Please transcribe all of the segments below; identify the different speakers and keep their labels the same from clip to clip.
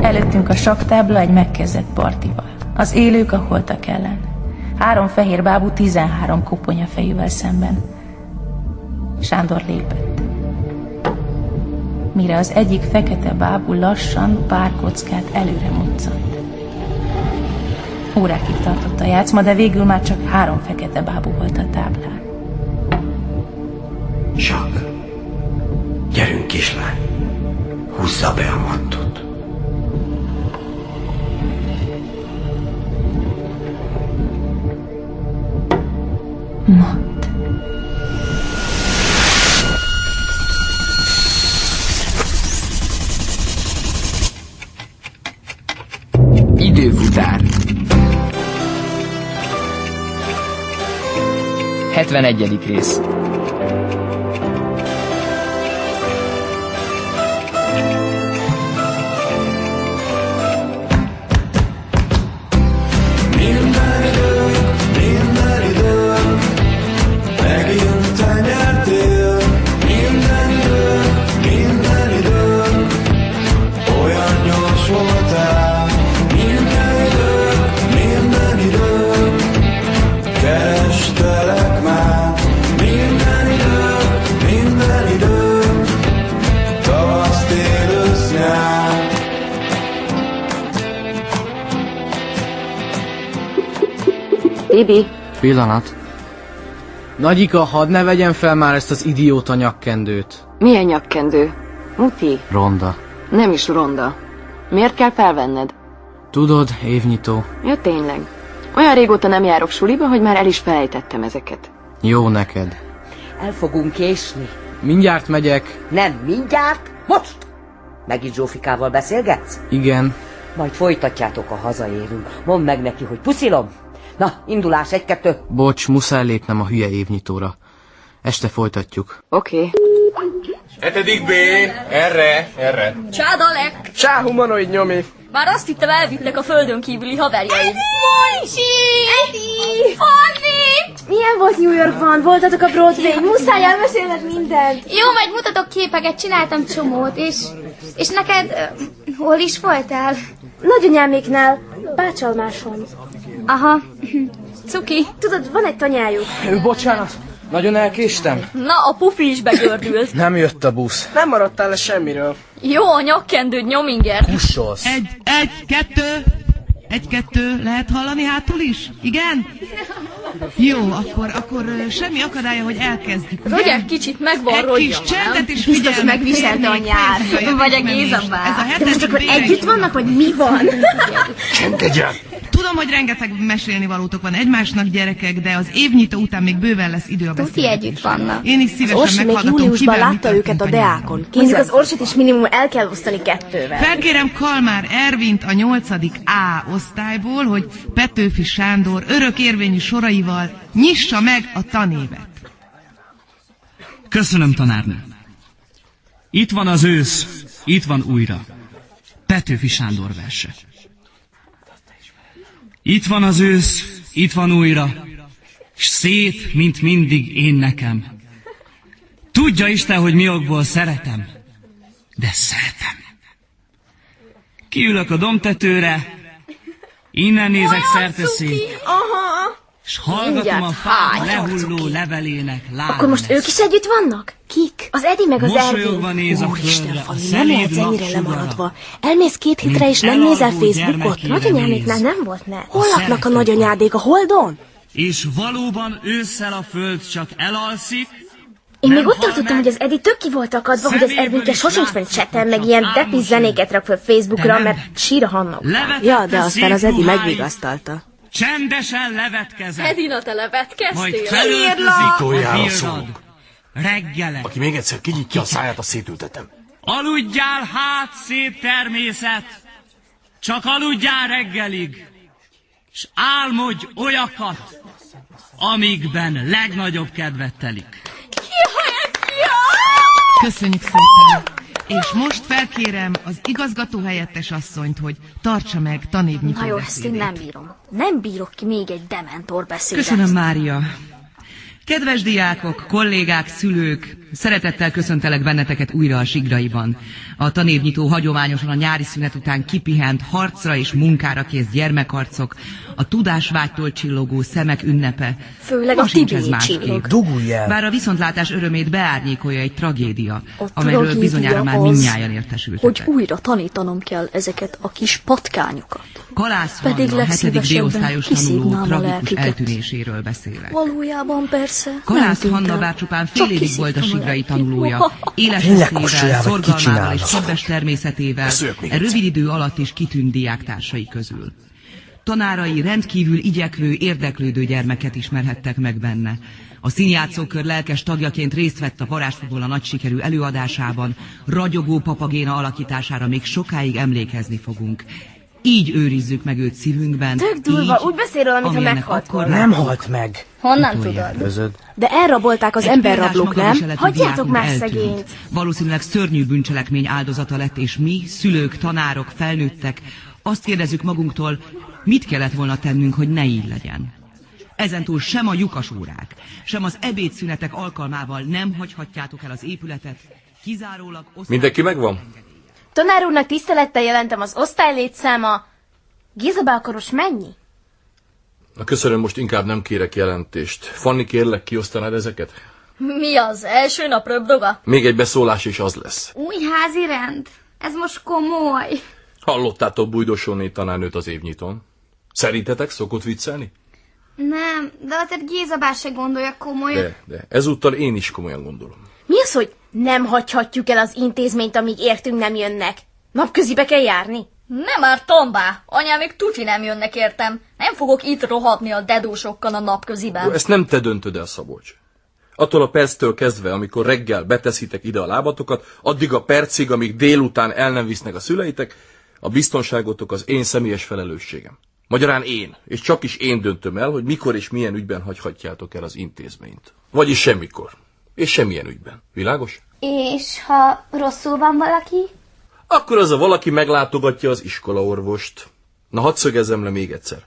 Speaker 1: Előttünk a saktábla egy megkezdett partival. Az élők a holtak ellen. Három fehér bábú 13 koponya fejűvel szemben. Sándor lépett. Mire az egyik fekete bábú lassan pár kockát előre moccant. Órákig tartott a játszma, de végül már csak három fekete bábú volt a táblán.
Speaker 2: Sak, gyerünk kislány, húzza be a mattot.
Speaker 1: Matt.
Speaker 3: Időfutár 71. rész
Speaker 4: Bibi,
Speaker 5: Pillanat. Nagyika, hadd ne vegyen fel már ezt az idióta nyakkendőt.
Speaker 4: milyen nyakkendő? Muti,
Speaker 5: Ronda.
Speaker 4: nem is ronda. Miért kell felvenned?
Speaker 5: Tudod, évnyitó,
Speaker 4: Ja, tényleg. Olyan régóta nem járok suliba, hogy már el is felejtettem ezeket.
Speaker 5: jó neked.
Speaker 6: El fogunk késni.
Speaker 5: Mindjárt megyek.
Speaker 6: Nem mindjárt, most! Megint Zsófikával beszélgetsz?
Speaker 5: Igen.
Speaker 6: Majd folytatjátok, ha hazaérünk. Mondd meg neki, hogy puszilom. Na, indulás egy-kettő.
Speaker 5: Bocs, muszáj lépnem a hülye évnyitóra. Este folytatjuk.
Speaker 4: Oké. Okay.
Speaker 7: Hetedik B, erre, erre.
Speaker 8: Csádalek!
Speaker 9: Csá humanoid nyomi!
Speaker 8: Már azt hittem elvittek a földön kívüli haverjaid.
Speaker 10: Moncsi! Edi! Fanni! Milyen volt New Yorkban? Voltatok a Broadway? Muszáj elmesélned mindent!
Speaker 11: Jó, majd mutatok képeket, csináltam csomót, és... És neked... ö, Hol is voltál?
Speaker 10: Nagyanyáméknál, bácsalmáson.
Speaker 11: Aha. Cuki.
Speaker 10: Tudod, van egy tanyájuk.
Speaker 5: Ő, bocsánat. Nagyon elkéstem.
Speaker 8: Na, a pufi is begördült.
Speaker 5: Nem jött a busz.
Speaker 9: Nem maradtál le semmiről.
Speaker 8: Jó a nyakkendőd, nyominger.
Speaker 5: Kussolsz.
Speaker 12: Egy, egy, kettő! Egy, kettő, lehet hallani hátul is? Igen? Jó, akkor, akkor ö, semmi akadálya, hogy elkezdjük. ugye?
Speaker 8: Roger kicsit megvan
Speaker 12: Egy kis
Speaker 8: Roger,
Speaker 12: csendet
Speaker 8: nem?
Speaker 12: és
Speaker 8: Biztos
Speaker 12: figyelmet
Speaker 8: megviselte
Speaker 12: kérnék,
Speaker 8: a nyár.
Speaker 12: fejfejedet
Speaker 8: Vagy a
Speaker 12: ismerést.
Speaker 8: Gézabál.
Speaker 12: Ez a
Speaker 8: De
Speaker 12: hetes
Speaker 8: most akkor
Speaker 12: bélyeg.
Speaker 10: Hát Együtt vannak, vagy mi van?
Speaker 2: Csendegyen!
Speaker 12: Tudom, hogy rengeteg mesélni valótok van egymásnak, gyerekek, de az évnyitó után még bőven lesz idő a
Speaker 11: Ti
Speaker 12: beszélni.
Speaker 11: együtt vannak.
Speaker 12: Én is
Speaker 10: Az
Speaker 12: szívesen
Speaker 10: Orsi még
Speaker 12: meghallgatom,
Speaker 10: júniusban
Speaker 12: kivel mi
Speaker 10: látta őket a
Speaker 12: történt nyáron.
Speaker 10: Deákon. Mondjuk az Orsit is minimum el kell osztani kettővel.
Speaker 12: Felkérem Kalmár Ervint a 8. A osztályból, hogy Petőfi Sándor örök érvényű soraival nyissa meg a tanévet.
Speaker 13: Köszönöm, tanárnő. Itt van az ősz, itt van újra. Petőfi Sándor verse. Itt van az ősz, itt van újra, s szét, mint mindig én nekem. Tudja Isten, hogy mi okból szeretem, de szeretem. Kiülök a domtetőre, innen nézek szerteszét,
Speaker 10: Aha.
Speaker 13: s hallgatom a
Speaker 10: Mindjárt
Speaker 13: fáj
Speaker 10: fáj.
Speaker 13: lehulló levelének lábát.
Speaker 10: Akkor most ők is együtt vannak? Kik? Az Edi meg az Ervin.
Speaker 13: Mosolyogva néz a földre,
Speaker 10: Úristen,
Speaker 13: a
Speaker 10: Fanni, nem
Speaker 13: szelíd
Speaker 10: lehetsz ennyire
Speaker 13: napsugara.
Speaker 10: lemaradva. Elmész két hétre és nem
Speaker 13: Mint
Speaker 10: nézel
Speaker 13: elalvó
Speaker 10: Facebookot?
Speaker 13: gyermekére
Speaker 10: Nagyanyáméknál
Speaker 13: néz.
Speaker 10: nem volt, nem?
Speaker 13: A
Speaker 10: Hol laknak a
Speaker 13: szeretet.
Speaker 10: nagyanyádék? A Holdon?
Speaker 13: És valóban ősszel a föld csak elalszik, nem
Speaker 10: Én még ott
Speaker 13: hal meg,
Speaker 10: tartottam, hogy az Edi tök ki volt akadva, hogy az
Speaker 13: Szeméből
Speaker 10: Ervinke
Speaker 13: is
Speaker 10: sosincs fent
Speaker 13: látszott,
Speaker 10: cseten, meg
Speaker 13: csak
Speaker 10: ilyen
Speaker 13: álmos
Speaker 10: depi zenéket rak föl
Speaker 13: De
Speaker 10: Facebookra,
Speaker 13: nem.
Speaker 10: mert sír a Hanna.
Speaker 13: Levetette
Speaker 10: Ja, de aztán az Edi
Speaker 13: szép
Speaker 10: megvigasztalta.
Speaker 13: csendesen levetkezett,
Speaker 8: Edina, te
Speaker 13: majd
Speaker 8: levetkeztél?
Speaker 13: felöltözik a
Speaker 2: Utoljára
Speaker 13: hírad.
Speaker 2: szólunk.
Speaker 13: Reggele.
Speaker 2: Aki még egyszer kinyitja a száját, a szétültetem.
Speaker 13: Aludjál hát, szép természet, csak aludjál reggelig, s álmodj olyakat, amikben legnagyobb kedvet telik.
Speaker 12: Köszönjük szépen! És most felkérem az igazgató helyettes asszonyt, hogy tartsa meg tanévnyitó
Speaker 11: Na jó, ezt én
Speaker 12: beszédét.
Speaker 11: nem bírom. Nem bírok ki még egy dementor beszédet.
Speaker 12: Köszönöm, Mária.
Speaker 14: Kedves diákok, kollégák, szülők, szeretettel köszöntelek benneteket újra a Sigraiban. A tanévnyitó hagyományosan a nyári szünet után kipihent, harcra és munkára kész gyermekarcok, a tudásvágytól csillogó szemek ünnepe.
Speaker 8: Főleg
Speaker 14: Ma
Speaker 8: a
Speaker 14: sincs ez
Speaker 8: Tibié
Speaker 14: másképp.
Speaker 8: csillog.
Speaker 6: Dugulj el!
Speaker 14: Bár a viszontlátás örömét beárnyékolja egy tragédia,
Speaker 8: A
Speaker 14: amelyről
Speaker 8: tragédia
Speaker 14: bizonyára már
Speaker 8: az,
Speaker 14: mindnyájan értesültek.
Speaker 8: Hogy újra tanítanom kell ezeket a kis patkányokat.
Speaker 14: Kalász
Speaker 8: Pedig
Speaker 14: Pedig a hetedik
Speaker 8: legszívesebben
Speaker 14: D-osztályos tanuló
Speaker 8: kiszívnám a
Speaker 14: tragikus
Speaker 8: lelküket.
Speaker 14: eltűnéséről beszélek.
Speaker 8: Valójában persze. nem
Speaker 14: Kalász
Speaker 8: tűnt
Speaker 14: Hanna
Speaker 8: el.
Speaker 14: bár csupán fél évig volt a sigrai tanulója. Éles
Speaker 6: Tényleg
Speaker 14: eszével,
Speaker 6: kocsolyával
Speaker 14: szorgalmával és
Speaker 6: kicsinálnak.
Speaker 14: kedves természetével
Speaker 6: Köszönjük még
Speaker 14: e rövid idő alatt is kitűnt diáktársai közül. Tanárai rendkívül igyekvő, érdeklődő gyermeket ismerhettek meg benne. A színjátszókör lelkes tagjaként részt vett a varázsfogból a nagy sikerű előadásában, ragyogó papagéna alakítására még sokáig emlékezni fogunk. Így őrizzük meg őt szívünkben.
Speaker 1: Tök durva, úgy beszél róla, mintha
Speaker 14: ami ennek
Speaker 1: meghalt
Speaker 14: akkor
Speaker 1: volna.
Speaker 14: nem
Speaker 6: halt meg.
Speaker 1: Honnan tudod? De elrabolták az
Speaker 14: Egy
Speaker 1: emberrablók,
Speaker 14: példás magas
Speaker 1: nem?
Speaker 14: eletű
Speaker 1: Hagyjátok
Speaker 14: diákunk
Speaker 1: már
Speaker 14: eltűnt.
Speaker 1: szegényt.
Speaker 14: Valószínűleg szörnyű bűncselekmény áldozata lett, és mi, szülők, tanárok, felnőttek, azt kérdezzük magunktól, mit kellett volna tennünk, hogy ne így legyen. Ezentúl sem a lyukas órák, sem az ebédszünetek alkalmával nem hagyhatjátok el az épületet, kizárólag osztály...
Speaker 7: Mindenki megvan?
Speaker 1: Tanár úrnak tisztelettel jelentem az osztály létszáma. Géza Bákoros mennyi?
Speaker 7: Na köszönöm, most inkább nem kérek jelentést. Fanni, kérlek, kiosztanád ezeket?
Speaker 8: Mi az? Első nap röbdoga?
Speaker 7: Még egy beszólás, és az lesz.
Speaker 10: Új házi rend? Ez most komoly.
Speaker 7: Hallottátok Bújdosóné tanárnőt az évnyitón? Szerintetek szokott viccelni?
Speaker 10: Nem, de azért Géza bár se gondolja komolyan.
Speaker 7: De, de. Ezúttal én is komolyan gondolom.
Speaker 1: Mi az, hogy nem hagyhatjuk el az intézményt, amíg értünk nem jönnek? Napközibe kell járni?
Speaker 8: Nem már tombá! Anyám még tuti nem jönnek értem. Nem fogok itt rohadni a dedósokkal a
Speaker 7: Jó,
Speaker 8: napköziben.
Speaker 7: Ezt nem te döntöd el, Szabolcs. Attól a perctől kezdve, amikor reggel beteszitek ide a lábatokat, addig a percig, amíg délután el nem visznek a szüleitek, a biztonságotok az én személyes felelősségem. Magyarán én, és csak is én döntöm el, hogy mikor és milyen ügyben hagyhatjátok el az intézményt. Vagyis semmikor. És semmilyen ügyben. Világos?
Speaker 10: És ha rosszul van valaki?
Speaker 7: Akkor az a valaki meglátogatja az iskolaorvost. Na, hadd szögezzem le még egyszer.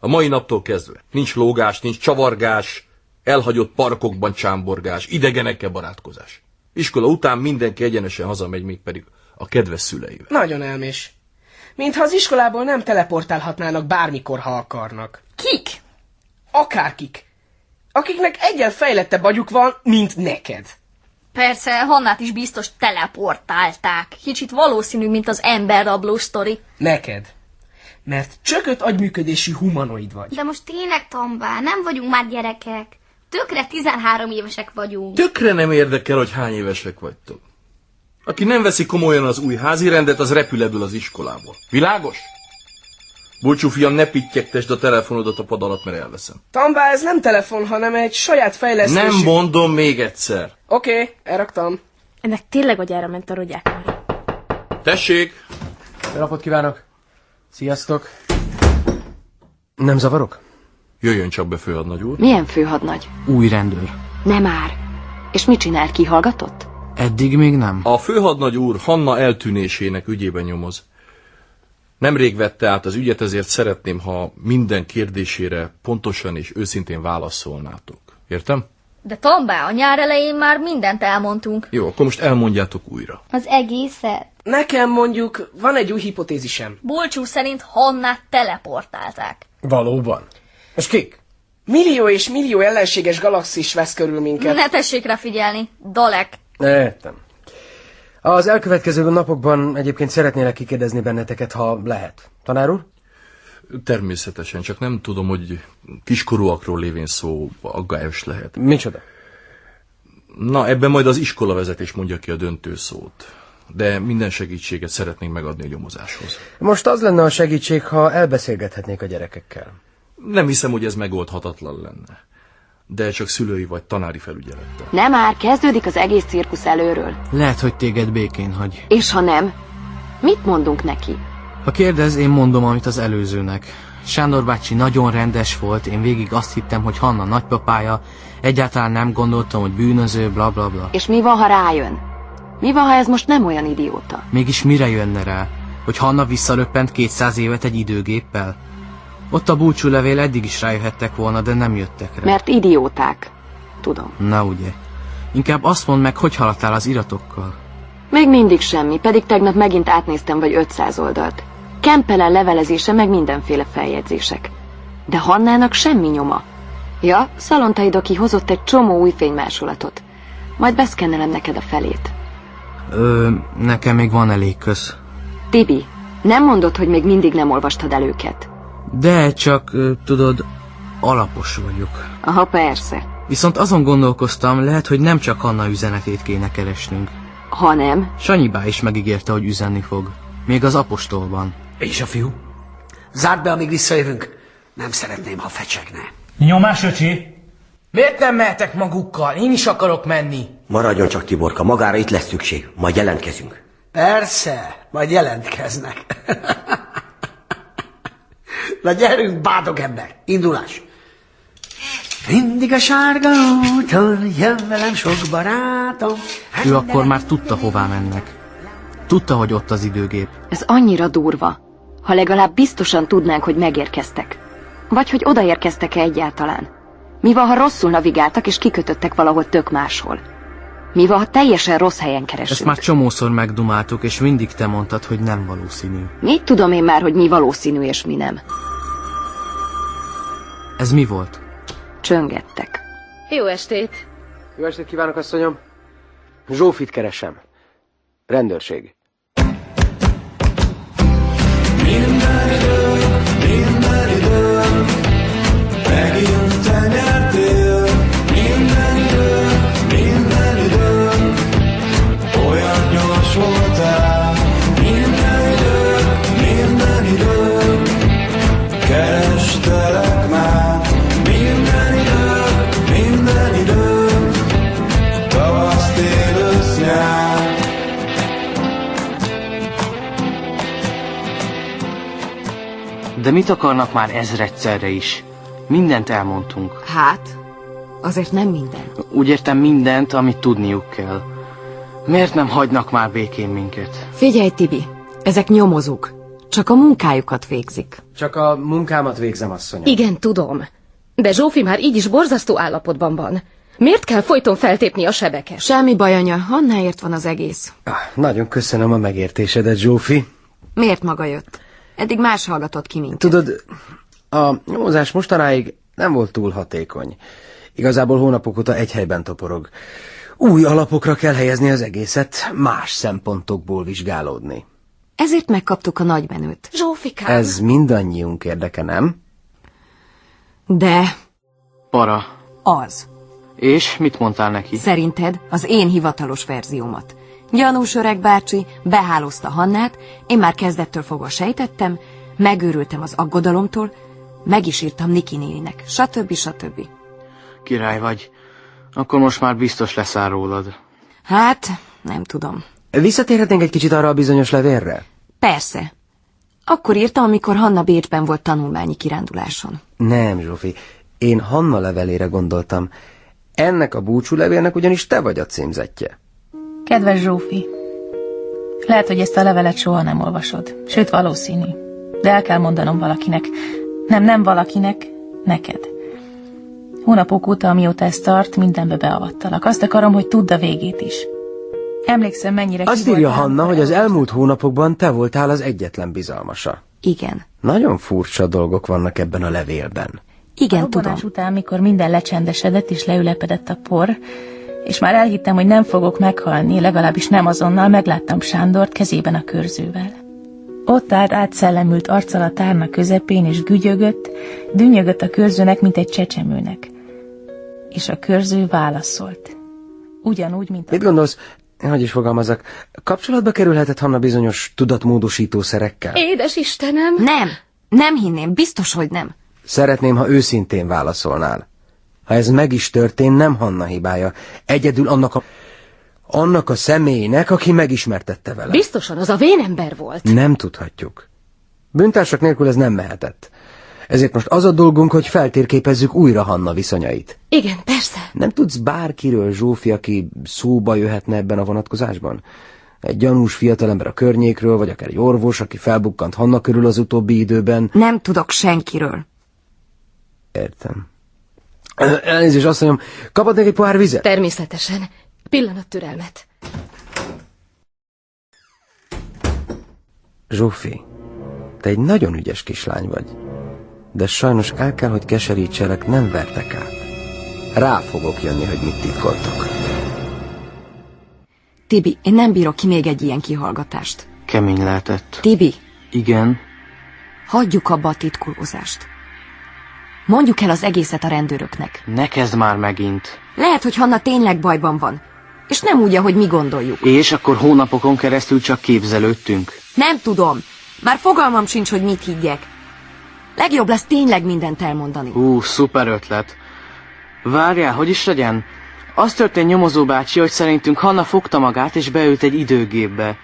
Speaker 7: A mai naptól kezdve nincs lógás, nincs csavargás, elhagyott parkokban csámborgás, idegenekkel barátkozás. Iskola után mindenki egyenesen hazamegy, még pedig a kedves szüleivel.
Speaker 9: Nagyon elmés. Mintha az iskolából nem teleportálhatnának bármikor, ha akarnak.
Speaker 8: Kik?
Speaker 9: Akárkik. Akiknek egyen fejlettebb agyuk van, mint neked.
Speaker 8: Persze, Hannát is biztos teleportálták. Kicsit valószínű, mint az emberrabló sztori.
Speaker 9: Neked. Mert csökött agyműködésű humanoid vagy.
Speaker 10: De most tényleg, Tombá, nem vagyunk már gyerekek. Tökre 13 évesek vagyunk.
Speaker 7: Tökre nem érdekel, hogy hány évesek vagytok. Aki nem veszi komolyan az új házi rendet, az repül ebből az iskolából. Világos? Bulcsú fiam, ne pittyegtesd a telefonodat a pad alatt, mert elveszem.
Speaker 9: Tambá, ez nem telefon, hanem egy saját fejlesztésű...
Speaker 7: Nem mondom még egyszer.
Speaker 9: Oké, elraktam.
Speaker 1: Ennek tényleg agyára ment a rogyák.
Speaker 7: Tessék!
Speaker 5: Jó napot kívánok! Sziasztok!
Speaker 15: Nem zavarok?
Speaker 7: Jöjjön csak be, főadnagy úr.
Speaker 16: Milyen főhadnagy?
Speaker 5: Új rendőr.
Speaker 16: Nem már. És mit csinál, kihallgatott?
Speaker 5: Eddig még nem.
Speaker 7: A főhadnagy úr Hanna eltűnésének ügyében nyomoz. Nemrég vette át az ügyet, ezért szeretném, ha minden kérdésére pontosan és őszintén válaszolnátok. Értem?
Speaker 8: De Tombá, a nyár elején már mindent elmondtunk.
Speaker 7: Jó, akkor most elmondjátok újra.
Speaker 10: Az egészet?
Speaker 9: Nekem mondjuk van egy új hipotézisem.
Speaker 8: Bulcsú szerint Hannát teleportálták.
Speaker 15: Valóban.
Speaker 9: És kik? Millió és millió ellenséges galaxis vesz körül minket.
Speaker 8: Ne tessék rá figyelni, Dalek.
Speaker 15: Értem. Az elkövetkező napokban egyébként szeretnélek kikérdezni benneteket, ha lehet. Tanár úr?
Speaker 7: Természetesen, csak nem tudom, hogy kiskorúakról lévén szó aggályos lehet.
Speaker 15: Micsoda?
Speaker 7: Na, ebben majd az iskolavezetés mondja ki a döntő szót. De minden segítséget szeretnénk megadni a nyomozáshoz.
Speaker 15: Most az lenne a segítség, ha elbeszélgethetnék a gyerekekkel.
Speaker 7: Nem hiszem, hogy ez megoldhatatlan lenne. De csak szülői vagy tanári felügyelettel.
Speaker 16: Nem már, kezdődik az egész cirkusz előről.
Speaker 5: Lehet, hogy téged békén hagy.
Speaker 16: És ha nem, mit mondunk neki?
Speaker 5: Ha kérdez, én mondom, amit az előzőnek. Sándor bácsi nagyon rendes volt, én végig azt hittem, hogy Hanna nagypapája, egyáltalán nem gondoltam, hogy bűnöző, bla bla bla.
Speaker 16: És mi van, ha rájön? Mi van, ha ez most nem olyan idióta?
Speaker 5: Mégis mire jönne rá? Hogy Hanna visszaröppent 200 évet egy időgéppel? Ott a búcsúlevél eddig is rájöhettek volna, de nem jöttek rá.
Speaker 16: Mert idióták. Tudom.
Speaker 5: Na ugye. Inkább azt mondd meg, hogy haladtál az iratokkal.
Speaker 16: Még mindig semmi, pedig tegnap megint átnéztem vagy 500 oldalt. Kempelen levelezése meg mindenféle feljegyzések. De Hannának semmi nyoma. Ja, Szalontai Doki hozott egy csomó új fénymásolatot. Majd beszkennelem neked a felét.
Speaker 5: Ö, nekem még van elég köz.
Speaker 16: Tibi, nem mondod, hogy még mindig nem olvastad el őket.
Speaker 5: De csak, ö, tudod, alapos vagyok.
Speaker 16: Aha, persze.
Speaker 5: Viszont azon gondolkoztam, lehet, hogy nem csak Hanna üzenetét kéne keresnünk.
Speaker 16: Ha nem,
Speaker 5: Sanyibá is megígérte, hogy üzenni fog. Még az apostolban.
Speaker 14: És a fiú? Zárd be, amíg visszajövünk. Nem szeretném, ha fecsegne.
Speaker 13: Nyomás, öcsi? Miért nem mehetek magukkal? Én is akarok menni.
Speaker 17: Maradjon csak Tiborka, magára itt lesz szükség, majd jelentkezünk.
Speaker 14: Persze, majd jelentkeznek. Na gyerünk, bádog ember, indulás. Mindig a sárga úton jön velem sok barátom.
Speaker 5: Ő akkor már tudta, hová mennek. Tudta, hogy ott az időgép.
Speaker 16: ez annyira durva. Ha legalább biztosan tudnánk, hogy megérkeztek. Vagy hogy odaérkeztek-e egyáltalán. Mi van, ha rosszul navigáltak és kikötöttek valahol tök máshol? Mi van, ha teljesen rossz helyen
Speaker 5: Ezt
Speaker 16: keresünk?
Speaker 5: már csomószor megdumáltuk, és mindig te mondtad, hogy nem valószínű.
Speaker 16: Mit tudom én már, hogy mi valószínű és mi nem?
Speaker 5: Ez mi volt?
Speaker 16: Csöngettek.
Speaker 18: Jó estét!
Speaker 15: Jó estét kívánok, asszonyom! Zsófit keresem. Rendőrség.
Speaker 4: Kerestelek már minden idő, minden idő, tavasz, tél, ősz, nyár.
Speaker 5: De mit akarnak már ezredszerre is? Mindent elmondtunk.
Speaker 16: Hát, azért nem minden.
Speaker 5: Úgy értem mindent, amit tudniuk kell. Miért nem hagynak már békén minket?
Speaker 16: Figyelj, Tibi, ezek nyomozók. Csak a munkájukat végzik.
Speaker 15: Csak a munkámat végzem, asszonyom.
Speaker 18: Igen, tudom. De Zsófi már így is borzasztó állapotban van. Miért kell folyton feltépni a sebeket?
Speaker 16: Semmi baj, anya, Hannáért van az egész.
Speaker 15: Nagyon köszönöm a megértésedet, Zsófi.
Speaker 16: Miért maga jött? Eddig más hallgatott ki, mint.
Speaker 15: Tudod, a nyomozás mostanáig nem volt túl hatékony. Igazából hónapok óta egy helyben toporog. Új alapokra kell helyezni az egészet, más szempontokból vizsgálódni.
Speaker 16: Ezért megkaptuk a nagymenőt. Zsófikám!
Speaker 15: Ez mindannyiunk érdeke, nem?
Speaker 16: De
Speaker 5: Para.
Speaker 16: az.
Speaker 5: És mit mondtál neki?
Speaker 16: Szerinted az én hivatalos verziómat. Gyanús öreg bácsi behálózta Hannát, én már kezdettől fogva sejtettem, megőrültem az aggodalomtól, meg is írtam Niki néninek, stb. stb.
Speaker 5: Király vagy. Akkor most már biztos leszáll rólad.
Speaker 16: Hát, nem tudom.
Speaker 15: Visszatérhetnénk egy kicsit arra a bizonyos levélre?
Speaker 16: Persze. Akkor írtam, amikor Hanna Bécsben volt tanulmányi kiránduláson.
Speaker 15: Nem, Zsófi. Én Hanna levelére gondoltam. Ennek a búcsúlevélnek ugyanis te vagy a címzetje.
Speaker 1: Kedves Zsófi, lehet, hogy ezt a levelet soha nem olvasod, sőt valószínű. De el kell mondanom valakinek. Nem, nem valakinek, neked. Hónapok óta, amióta ez tart, mindenbe beavattalak. Azt akarom, hogy tudd a végét is. Emlékszem, mennyire
Speaker 15: Azt
Speaker 1: ki
Speaker 15: írja
Speaker 1: voltál-
Speaker 15: Hanna, hogy az elmúlt hónapokban te voltál az egyetlen bizalmasa.
Speaker 16: Igen.
Speaker 15: Nagyon furcsa dolgok vannak ebben a levélben.
Speaker 1: Igen, a tudom. után, mikor minden lecsendesedett és leülepedett a por, és már elhittem, hogy nem fogok meghalni, legalábbis nem azonnal, megláttam Sándort kezében a körzővel. Ott állt átszellemült arccal a tárna közepén, és gügyögött, dünnyögött a körzőnek, mint egy csecsemőnek. És a körző válaszolt. Ugyanúgy, mint a...
Speaker 15: Mit gondolsz, hogy is fogalmazok, kapcsolatba kerülhetett Hanna bizonyos tudatmódosítószerekkel?
Speaker 18: Édes Istenem!
Speaker 16: Nem, nem hinném, biztos, hogy nem.
Speaker 15: Szeretném, ha őszintén válaszolnál. Ha ez meg is történt, nem Hanna hibája. Egyedül annak a... annak a személynek, aki megismertette vele.
Speaker 18: Biztosan az a vénember volt.
Speaker 15: Nem tudhatjuk. Bűntársak nélkül ez nem mehetett. Ezért most az a dolgunk, hogy feltérképezzük újra Hanna viszonyait.
Speaker 18: Igen, persze.
Speaker 15: Nem tudsz bárkiről, Zsófi, aki szóba jöhetne ebben a vonatkozásban? Egy gyanús fiatalember a környékről, vagy akár egy orvos, aki felbukkant Hanna körül az utóbbi időben.
Speaker 16: Nem tudok senkiről.
Speaker 15: Értem. Elnézést, asszonyom, kaphatnék egy pohár vizet?
Speaker 18: Természetesen. Pillanat türelmet.
Speaker 15: Zsófi, te egy nagyon ügyes kislány vagy. De sajnos el kell, hogy keserítselek, nem vertek át. Rá fogok jönni, hogy mit titkoltok.
Speaker 16: Tibi, én nem bírok ki még egy ilyen kihallgatást.
Speaker 5: Kemény lehetett.
Speaker 16: Tibi,
Speaker 5: Igen.
Speaker 16: hagyjuk abba a titkolózást. Mondjuk el az egészet a rendőröknek.
Speaker 5: Ne kezd már megint.
Speaker 16: Lehet, hogy Hanna tényleg bajban van. És nem úgy, ahogy mi gondoljuk.
Speaker 5: És akkor hónapokon keresztül csak képzelődtünk.
Speaker 16: Nem tudom. Már fogalmam sincs, hogy mit higgyek. Legjobb lesz tényleg mindent elmondani.
Speaker 5: Ú, szuper ötlet. Várjál, hogy is legyen? Az történt nyomozó bácsi, hogy szerintünk Hanna fogta magát és beült egy időgépbe.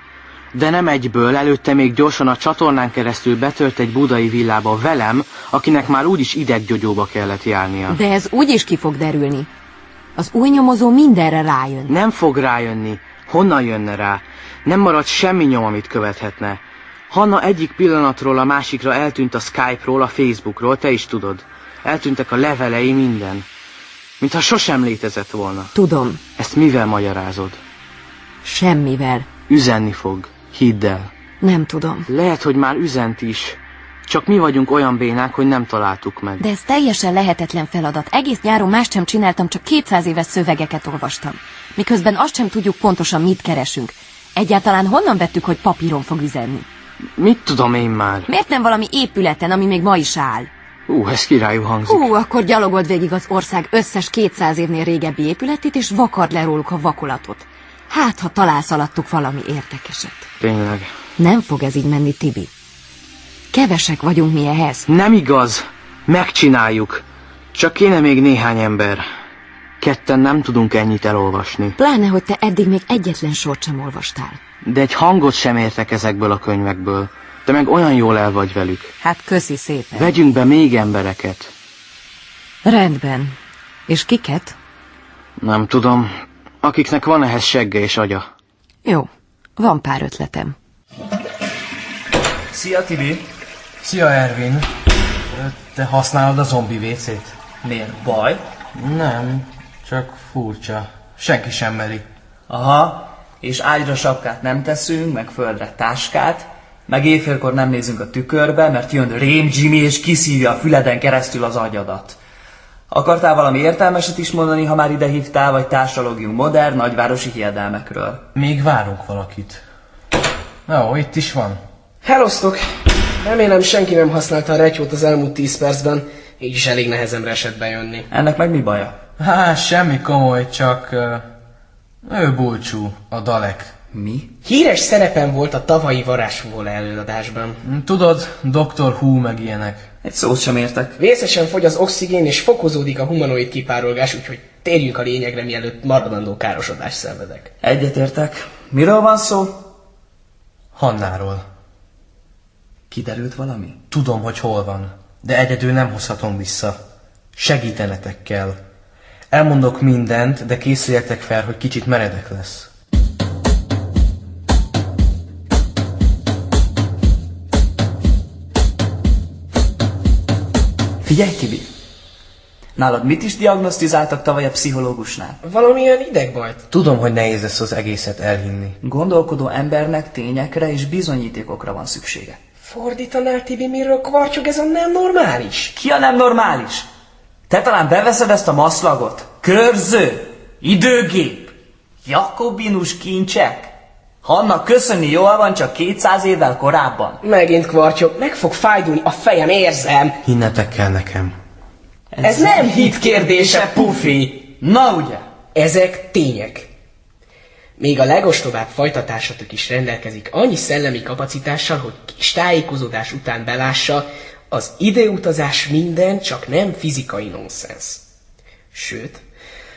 Speaker 5: De nem egyből, előtte még gyorsan a csatornán keresztül betört egy budai villába velem, akinek már úgyis ideggyógyóba kellett járnia.
Speaker 16: De ez úgy is ki fog derülni. Az új nyomozó mindenre rájön.
Speaker 5: Nem fog rájönni. Honnan jönne rá? Nem maradt semmi nyom, amit követhetne. Hanna egyik pillanatról a másikra eltűnt a Skype-ról, a Facebookról, te is tudod. Eltűntek a levelei, minden. Mintha sosem létezett volna.
Speaker 16: Tudom,
Speaker 5: Ezt mivel magyarázod?
Speaker 16: semmivel.
Speaker 5: Üzenni fog. Hidd el.
Speaker 16: Nem tudom.
Speaker 5: Lehet, hogy már üzent is. Csak mi vagyunk olyan bénák, hogy nem találtuk meg.
Speaker 16: De ez teljesen lehetetlen feladat. Egész nyáron mást sem csináltam, csak 200 éves szövegeket olvastam. Miközben azt sem tudjuk pontosan, mit keresünk. Egyáltalán honnan vettük, hogy papíron fog üzenni?
Speaker 5: Mit tudom én már?
Speaker 16: Miért nem valami épületen, ami még ma is áll?
Speaker 5: Ú, ez királyú hangzik.
Speaker 16: Hú, akkor gyalogold végig az ország összes 200 évnél régebbi épületét, és vakard le róluk a vakolatot. Hát, ha találsz alattuk valami érdekeset.
Speaker 5: Tényleg.
Speaker 16: Nem fog ez így menni, Tibi. Kevesek vagyunk mi ehhez.
Speaker 5: Nem igaz. Megcsináljuk. Csak kéne még néhány ember. Ketten nem tudunk ennyit elolvasni.
Speaker 16: Pláne, hogy te eddig még egyetlen sort sem olvastál.
Speaker 5: De egy hangot sem értek ezekből a könyvekből. Te meg olyan jól el vagy velük.
Speaker 16: Hát köszi szépen.
Speaker 5: Vegyünk be még embereket.
Speaker 16: Rendben. És kiket?
Speaker 5: Nem tudom, akiknek van ehhez segge és agya.
Speaker 16: Jó, van pár ötletem.
Speaker 13: Szia Tibi!
Speaker 5: Szia, Ervin. Te használod a zombi vécét?
Speaker 13: Miért baj?
Speaker 5: Nem, csak furcsa. Senki sem meri.
Speaker 13: Aha, és ágyra sapkát nem teszünk, meg földre táskát, meg éjfélkor nem nézünk a tükörbe, mert jön Rém Jimmy és kiszívja a füleden keresztül az agyadat. Akartál valami értelmeset is mondani, ha már ide hívtál, vagy társalogjunk modern, nagyvárosi hiedelmekről?
Speaker 5: Még várunk valakit. Na, ó, itt is van.
Speaker 9: Hellosztok! Remélem senki nem használta a retyót az elmúlt 10 percben, így is elég nehezemre esett bejönni.
Speaker 13: Ennek meg mi baja?
Speaker 5: Há, Hát, semmi komoly, csak... Uh, ő bulcsú, a Dalek.
Speaker 13: Mi?
Speaker 9: Híres szerepem volt a tavalyi varázsfúvola előadásban.
Speaker 13: Hm,
Speaker 5: Tudod, Dr. Who meg ilyenek.
Speaker 13: Egy szót sem értek.
Speaker 9: Vészesen fogy az oxigén, és fokozódik a humanoid kipárolgás, úgyhogy térjünk a lényegre, mielőtt maradandó károsodást szenvedek.
Speaker 13: Egyetértek. Miről van szó?
Speaker 5: Hannáról.
Speaker 13: Kiderült valami?
Speaker 5: Tudom, hogy hol van, de egyedül nem hozhatom vissza. Segítenetek kell. Elmondok mindent, de készüljetek fel, hogy kicsit meredek lesz.
Speaker 13: Figyelj, Tibi! Nálad mit is diagnosztizáltak tavaly a pszichológusnál?
Speaker 9: Valamilyen idegbajt.
Speaker 5: Tudom, hogy nehéz lesz az egészet elhinni.
Speaker 13: Gondolkodó embernek tényekre és bizonyítékokra van szüksége.
Speaker 9: Fordítanál, Tibi, miről kvarcsog ez a nem normális?
Speaker 13: Ki a nem normális? Te talán beveszed ezt a maszlagot? Körző! Időgép! Jakobinus kincsek! Hanna köszönni jól van csak 200 évvel korábban.
Speaker 9: Megint kvarcsog, meg fog fájdulni a fejem, érzem!
Speaker 5: Hinnetek kell nekem.
Speaker 9: Ez, nem hit kérdése, pufi!
Speaker 13: Na ugye?
Speaker 9: Ezek tények. Még a legostobább fajtatársatok is rendelkezik annyi szellemi kapacitással, hogy kis tájékozódás után belássa, az időutazás minden, csak nem fizikai nonsens. Sőt,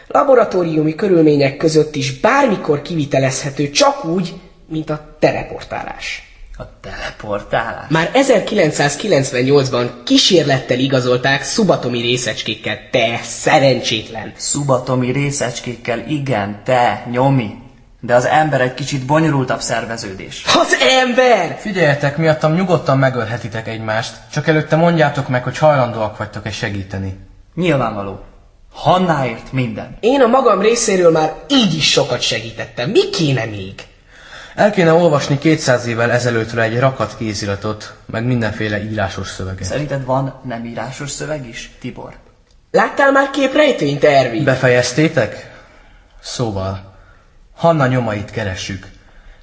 Speaker 9: laboratóriumi körülmények között is bármikor kivitelezhető csak úgy, mint a teleportálás.
Speaker 13: A teleportálás.
Speaker 9: Már 1998-ban kísérlettel igazolták szubatomi részecskékkel, te szerencsétlen!
Speaker 13: Szubatomi részecskékkel, igen, te, nyomi. De az ember egy kicsit bonyolultabb szerveződés.
Speaker 9: Az ember!
Speaker 5: Figyeljetek, miattam nyugodtan megölhetitek egymást, csak előtte mondjátok meg, hogy hajlandóak vagytok-e segíteni.
Speaker 13: Nyilvánvaló. Hannáért minden.
Speaker 9: Én a magam részéről már így is sokat segítettem. Mi kéne még?
Speaker 5: El kéne olvasni 200 évvel ezelőttre egy rakat kéziratot, meg mindenféle írásos szöveget.
Speaker 13: Szerinted van nem írásos szöveg is, Tibor?
Speaker 9: Láttál már képrejtvényt, Ervin?
Speaker 5: Befejeztétek? Szóval, Hanna nyomait keressük.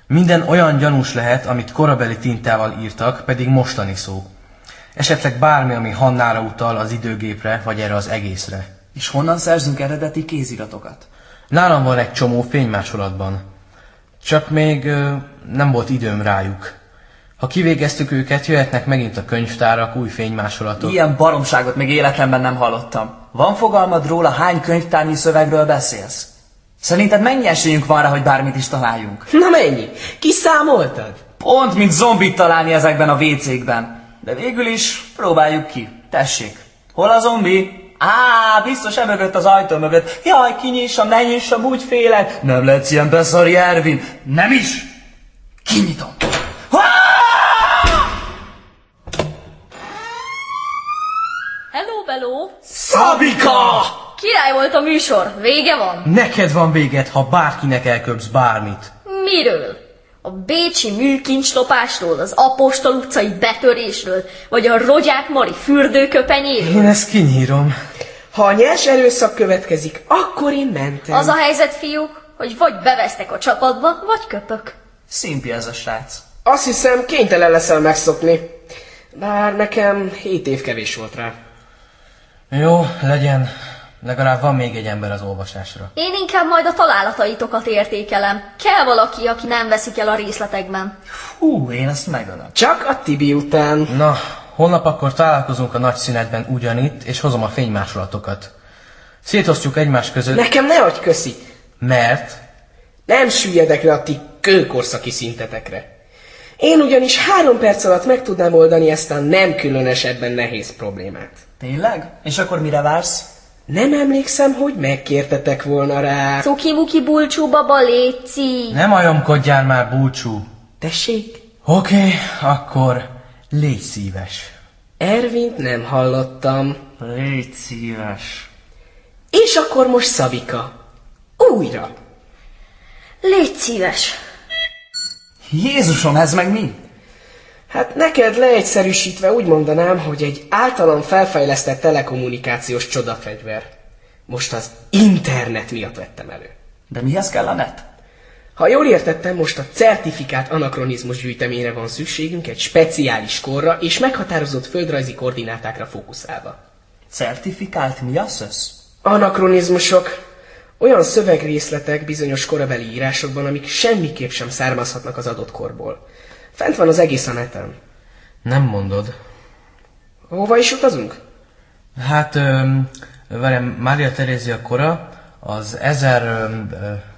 Speaker 5: Minden olyan gyanús lehet, amit korabeli tintával írtak, pedig mostani szó. Esetleg bármi, ami Hannára utal az időgépre, vagy erre az egészre.
Speaker 13: És honnan szerzünk eredeti kéziratokat?
Speaker 5: Nálam van egy csomó fénymásolatban. Csak még ö, nem volt időm rájuk. Ha kivégeztük őket, jöhetnek megint a könyvtárak, új fénymásolatok.
Speaker 13: Ilyen baromságot még életemben nem hallottam. Van fogalmad róla, hány könyvtárnyi szövegről beszélsz? Szerinted mennyi esélyünk van rá, hogy bármit is találjunk?
Speaker 9: Na mennyi? Kiszámoltad?
Speaker 13: Pont, mint zombit találni ezekben a vécékben. De végül is próbáljuk ki. Tessék. Hol a zombi? Á, biztos emögött az ajtó mögött. Jaj, kinyissam, ne nyissam, úgy félek. Nem lehetsz ilyen beszari, Ervin. Nem is. Kinyitom.
Speaker 8: Hello, beló!
Speaker 5: Szabika!
Speaker 8: Király volt a műsor, vége van.
Speaker 5: Neked van véged, ha bárkinek elköpsz bármit.
Speaker 8: Miről? A bécsi műkincslopásról, az apostol utcai betörésről, vagy a Rogyák Mari fürdőköpenyéről?
Speaker 5: Én ezt kinyírom.
Speaker 9: Ha a nyers erőszak következik, akkor én mentem.
Speaker 8: Az a helyzet, fiúk, hogy vagy bevesztek a csapatba, vagy köpök.
Speaker 13: Szimpi ez a srác.
Speaker 9: Azt hiszem, kénytelen leszel megszokni. Bár nekem hét év kevés volt rá.
Speaker 5: Jó, legyen. Legalább van még egy ember az olvasásra.
Speaker 8: Én inkább majd a találataitokat értékelem. Kell valaki, aki nem veszik el a részletekben.
Speaker 13: Hú, én ezt megölöm.
Speaker 9: Csak a Tibi után.
Speaker 5: Na, holnap akkor találkozunk a nagy szünetben ugyanitt, és hozom a fénymásolatokat. Szétosztjuk egymás között,
Speaker 9: Nekem ne adj köszi.
Speaker 5: mert
Speaker 9: Nem süllyedek le a ti kőkorszaki szintetekre. Én ugyanis három perc alatt meg tudnám oldani ezt a nem különösebben nehéz problémát.
Speaker 13: Tényleg? És akkor mire vársz?
Speaker 9: Nem emlékszem, hogy megkértetek volna
Speaker 5: Hát-
Speaker 9: rá.
Speaker 8: Cuki-muki bulcsú baba, léci!
Speaker 5: nem ajomkodjál már, búcsú.
Speaker 9: Tessék?
Speaker 5: Oké, okay, akkor légy szíves.
Speaker 9: Ervint nem hallottam.
Speaker 13: Légy szíves.
Speaker 9: És akkor most Szabika. Újra.
Speaker 8: Légy szíves!
Speaker 13: Jézusom, ez meg mi?
Speaker 9: Hát neked leegyszerűsítve úgy mondanám, hogy egy általam felfejlesztett telekommunikációs csodafegyver. Most az internet miatt vettem elő.
Speaker 13: De mihez kell a net?
Speaker 9: Ha jól értettem, most a certifikát anakronizmus gyűjteményre van szükségünk egy speciális korra és meghatározott földrajzi koordinátákra fókuszálva.
Speaker 13: Certifikált mi az ez?
Speaker 9: Anakronizmusok olyan szövegrészletek bizonyos korabeli írásokban, amik semmiképp sem származhatnak az adott korból. Fent van az egész a neten.
Speaker 5: Nem mondod.
Speaker 9: Hova is utazunk?
Speaker 5: Hát, öm, velem Mária Terézia kora, az ezer... Öm, ö,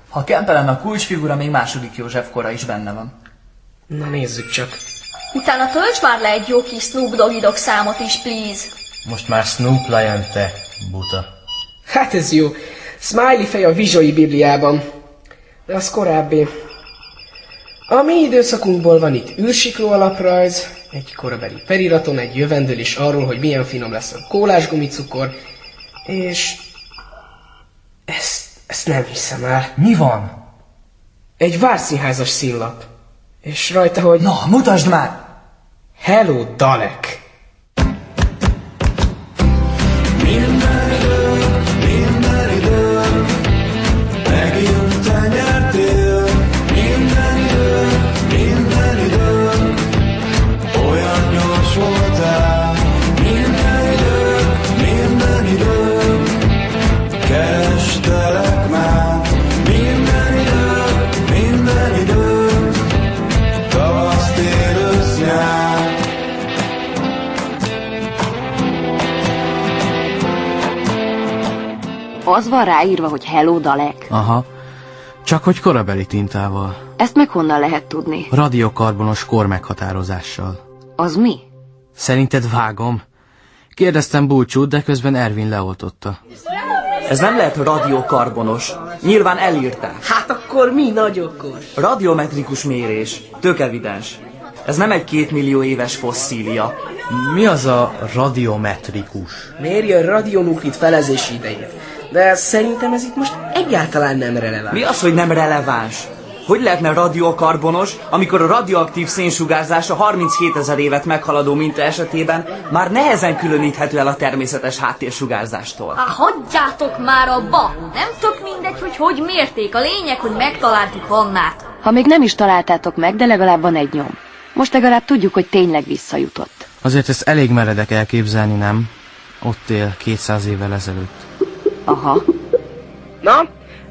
Speaker 13: Ha Kempelen a kulcsfigura még második József kora is benne van.
Speaker 9: Na nézzük csak.
Speaker 8: Utána tölts már le egy jó kis Snoop Doggy Dogg számot is, please!
Speaker 5: most már Snoop Lion te, buta.
Speaker 9: Hát ez jó. Smiley fej a vizsai bibliában. De az korábbi. A mi időszakunkból van itt űrsikló alaprajz, egy korabeli periraton, egy jövendőlés arról, hogy milyen finom lesz a kólás gumicukor, és... Ezt, ezt nem hiszem el.
Speaker 5: Mi van?
Speaker 9: Egy várszínházas színlap. És rajta, hogy...
Speaker 13: Na, mutasd már!
Speaker 9: Hello, Dalek!
Speaker 4: Minden idő, megint te nyertél. Minden idő, minden idő, olyan gyors voltál. Minden idő, minden idő, kerestelek már. Minden idő, minden idő, tavasz, tél, ősz, nyár.
Speaker 16: Az van ráírva, hogy Hello Dalek.
Speaker 5: Aha. Csak hogy korabeli tintával.
Speaker 16: Ezt meg honnan lehet tudni?
Speaker 5: Radiokarbonos kor meghatározással.
Speaker 16: Az mi?
Speaker 5: Szerinted vágom? Kérdeztem búcsút, de közben Ervin leoltotta.
Speaker 13: Ez nem lehet radiokarbonos. Nyilván elírták.
Speaker 9: Hát akkor mi nagy okos?
Speaker 13: Radiometrikus mérés. Tök evidens. Ez nem egy kétmillió éves fosszília.
Speaker 5: Mi az a radiometrikus?
Speaker 9: Méri a radionuklit felezési idejét. De szerintem ez itt most egyáltalán nem releváns.
Speaker 13: Mi az, hogy nem releváns? Hogy lehetne radiokarbonos, amikor a radioaktív szénsugárzása 37 ezer évet meghaladó minta esetében már nehezen különíthető el a természetes háttérsugárzástól?
Speaker 8: Á, hagyjátok már abba! Nem tök mindegy, hogy hogy mérték. A lényeg, hogy megtaláltuk Hannát.
Speaker 16: Ha még nem is találtátok meg, de legalább van egy nyom. Most legalább tudjuk, hogy tényleg visszajutott.
Speaker 5: Azért ezt elég meredek elképzelni, nem? Ott él 200 évvel ezelőtt.
Speaker 16: Aha.
Speaker 9: Na,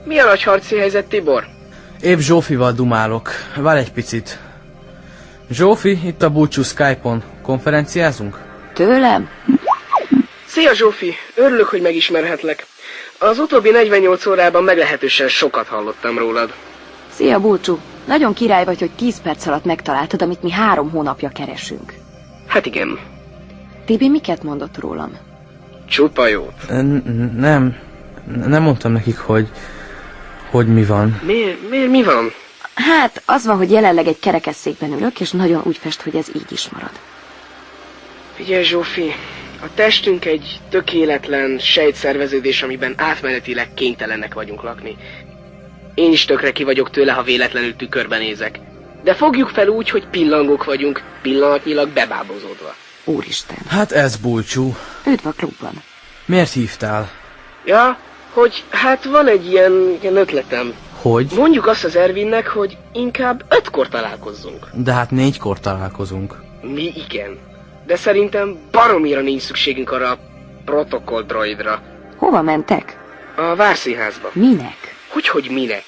Speaker 9: mi a nagy harci helyzet, Tibor?
Speaker 5: Épp Zsófival dumálok. Várj egy picit. Zsófi, itt a búcsú Skype-on. Konferenciázunk?
Speaker 16: Tőlem?
Speaker 9: Szia Zsófi, örülök, hogy megismerhetlek. Az utóbbi 48 órában meglehetősen sokat hallottam rólad.
Speaker 16: Szia, Búcsú! Nagyon király vagy, hogy 10 perc alatt megtaláltad, amit mi három hónapja keresünk.
Speaker 9: Hát igen,
Speaker 16: Tibi miket mondott rólam?
Speaker 9: csupa jó.
Speaker 5: Nem. Nem mondtam nekik, hogy... Hogy mi van.
Speaker 9: Miért, miért, mi van?
Speaker 16: Hát, az van, hogy jelenleg egy kerekesszékben ülök, és nagyon úgy fest, hogy ez így is marad.
Speaker 9: Figyelj Zsófi, a testünk egy tökéletlen sejtszerveződés, amiben átmenetileg kénytelenek vagyunk lakni. Én is tökre ki vagyok tőle, ha véletlenül tükörbe nézek. De fogjuk fel úgy, hogy pillangók vagyunk, pillanatnyilag bebábozódva.
Speaker 16: Úristen.
Speaker 5: Hát ez bulcsú.
Speaker 16: Üdv a klubban.
Speaker 5: Miért hívtál?
Speaker 9: Ja, hogy hát van egy ilyen, ilyen ötletem.
Speaker 5: Hogy?
Speaker 9: Mondjuk azt az Ervinnek, hogy inkább ötkor találkozzunk.
Speaker 5: De hát négykor találkozunk.
Speaker 9: Mi igen. De szerintem baromira nincs szükségünk arra a protokoll droidra.
Speaker 16: Hova mentek?
Speaker 9: A várszínházba.
Speaker 16: Minek?
Speaker 9: Hogy, hogy minek?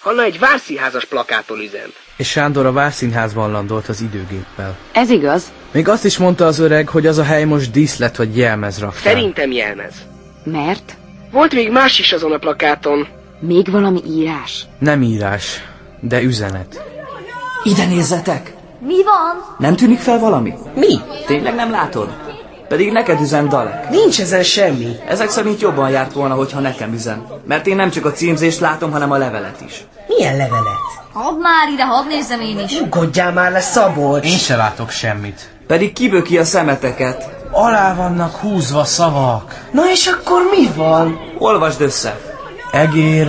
Speaker 9: Hanna egy várszínházas plakáton üzent.
Speaker 5: És Sándor a Várszínházban landolt az időgéppel.
Speaker 16: Ez igaz?
Speaker 5: Még azt is mondta az öreg, hogy az a hely most díszlet vagy jelmez raktár.
Speaker 9: Szerintem jelmez.
Speaker 16: Mert?
Speaker 9: Volt még más is azon a plakáton.
Speaker 16: Még valami írás?
Speaker 5: Nem írás, de üzenet.
Speaker 13: Ide nézzetek!
Speaker 8: Mi van?
Speaker 13: Nem tűnik fel valami?
Speaker 9: Mi?
Speaker 13: Tényleg nem látod? Pedig neked üzen Dalek.
Speaker 9: Nincs ezen semmi.
Speaker 13: Ezek szerint jobban járt volna, hogyha nekem üzen. Mert én nem csak a címzést látom, hanem a levelet is.
Speaker 6: Milyen levelet?
Speaker 8: Hadd már ide, hadd nézzem én is.
Speaker 6: Nyugodjál már le, Szabolcs!
Speaker 5: Én se látok semmit.
Speaker 13: Pedig kiböki a szemeteket.
Speaker 5: Alá vannak húzva szavak.
Speaker 6: Na és akkor mi van?
Speaker 13: Olvasd össze.
Speaker 5: Egér,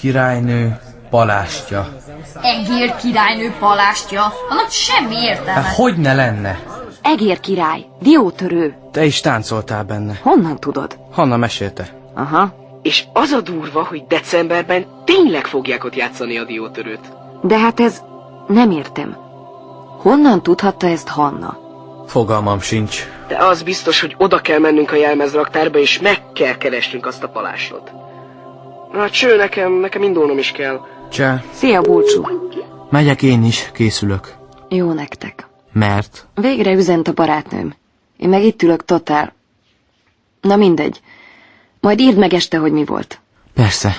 Speaker 5: királynő, palástja.
Speaker 8: Egér királynő palástja. Annak semmi értelme.
Speaker 5: Hát hogy ne lenne?
Speaker 16: Egér király, diótörő.
Speaker 5: Te is táncoltál benne.
Speaker 16: Honnan tudod?
Speaker 5: Hanna mesélte.
Speaker 16: Aha.
Speaker 9: És az a durva, hogy decemberben tényleg fogják ott játszani a diótörőt.
Speaker 16: De hát ez... nem értem. Honnan tudhatta ezt Hanna?
Speaker 5: Fogalmam sincs.
Speaker 9: De az biztos, hogy oda kell mennünk a jelmezraktárba, és meg kell keresnünk azt a palástot. Na cső, nekem, nekem indulnom is kell.
Speaker 5: Cseh.
Speaker 16: Szia, Búcsú!
Speaker 5: Megyek én is, készülök.
Speaker 16: Jó nektek.
Speaker 5: Mert?
Speaker 16: Végre üzent a barátnőm. Én meg itt ülök totál. Na mindegy. Majd írd meg este, hogy mi volt.
Speaker 5: Persze.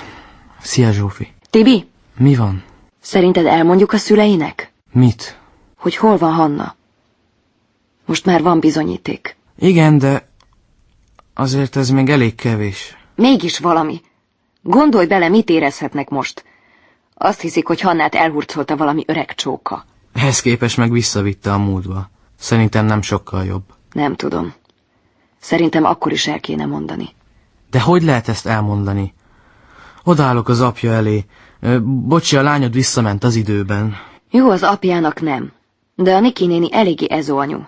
Speaker 5: Szia Zsófi.
Speaker 16: Tibi,
Speaker 5: Mi van?
Speaker 16: szerinted elmondjuk a szüleinek,
Speaker 5: Mit?
Speaker 16: hogy hol van Hanna? Most már van bizonyíték.
Speaker 5: Igen, de azért ez még elég kevés.
Speaker 16: Mégis valami. Gondolj bele, mit érezhetnek most. Azt hiszik, hogy Hannát elhurcolta valami öreg csóka.
Speaker 5: Ehhez képest meg visszavitte a múltba. Szerintem nem sokkal jobb.
Speaker 16: Nem tudom. Szerintem akkor is el kéne mondani.
Speaker 5: De hogy lehet ezt elmondani? Odállok az apja elé. Ö, Bocsi, a lányod visszament az időben.
Speaker 16: Jó, az apjának nem, de a Niki néni eléggé ezó anyu.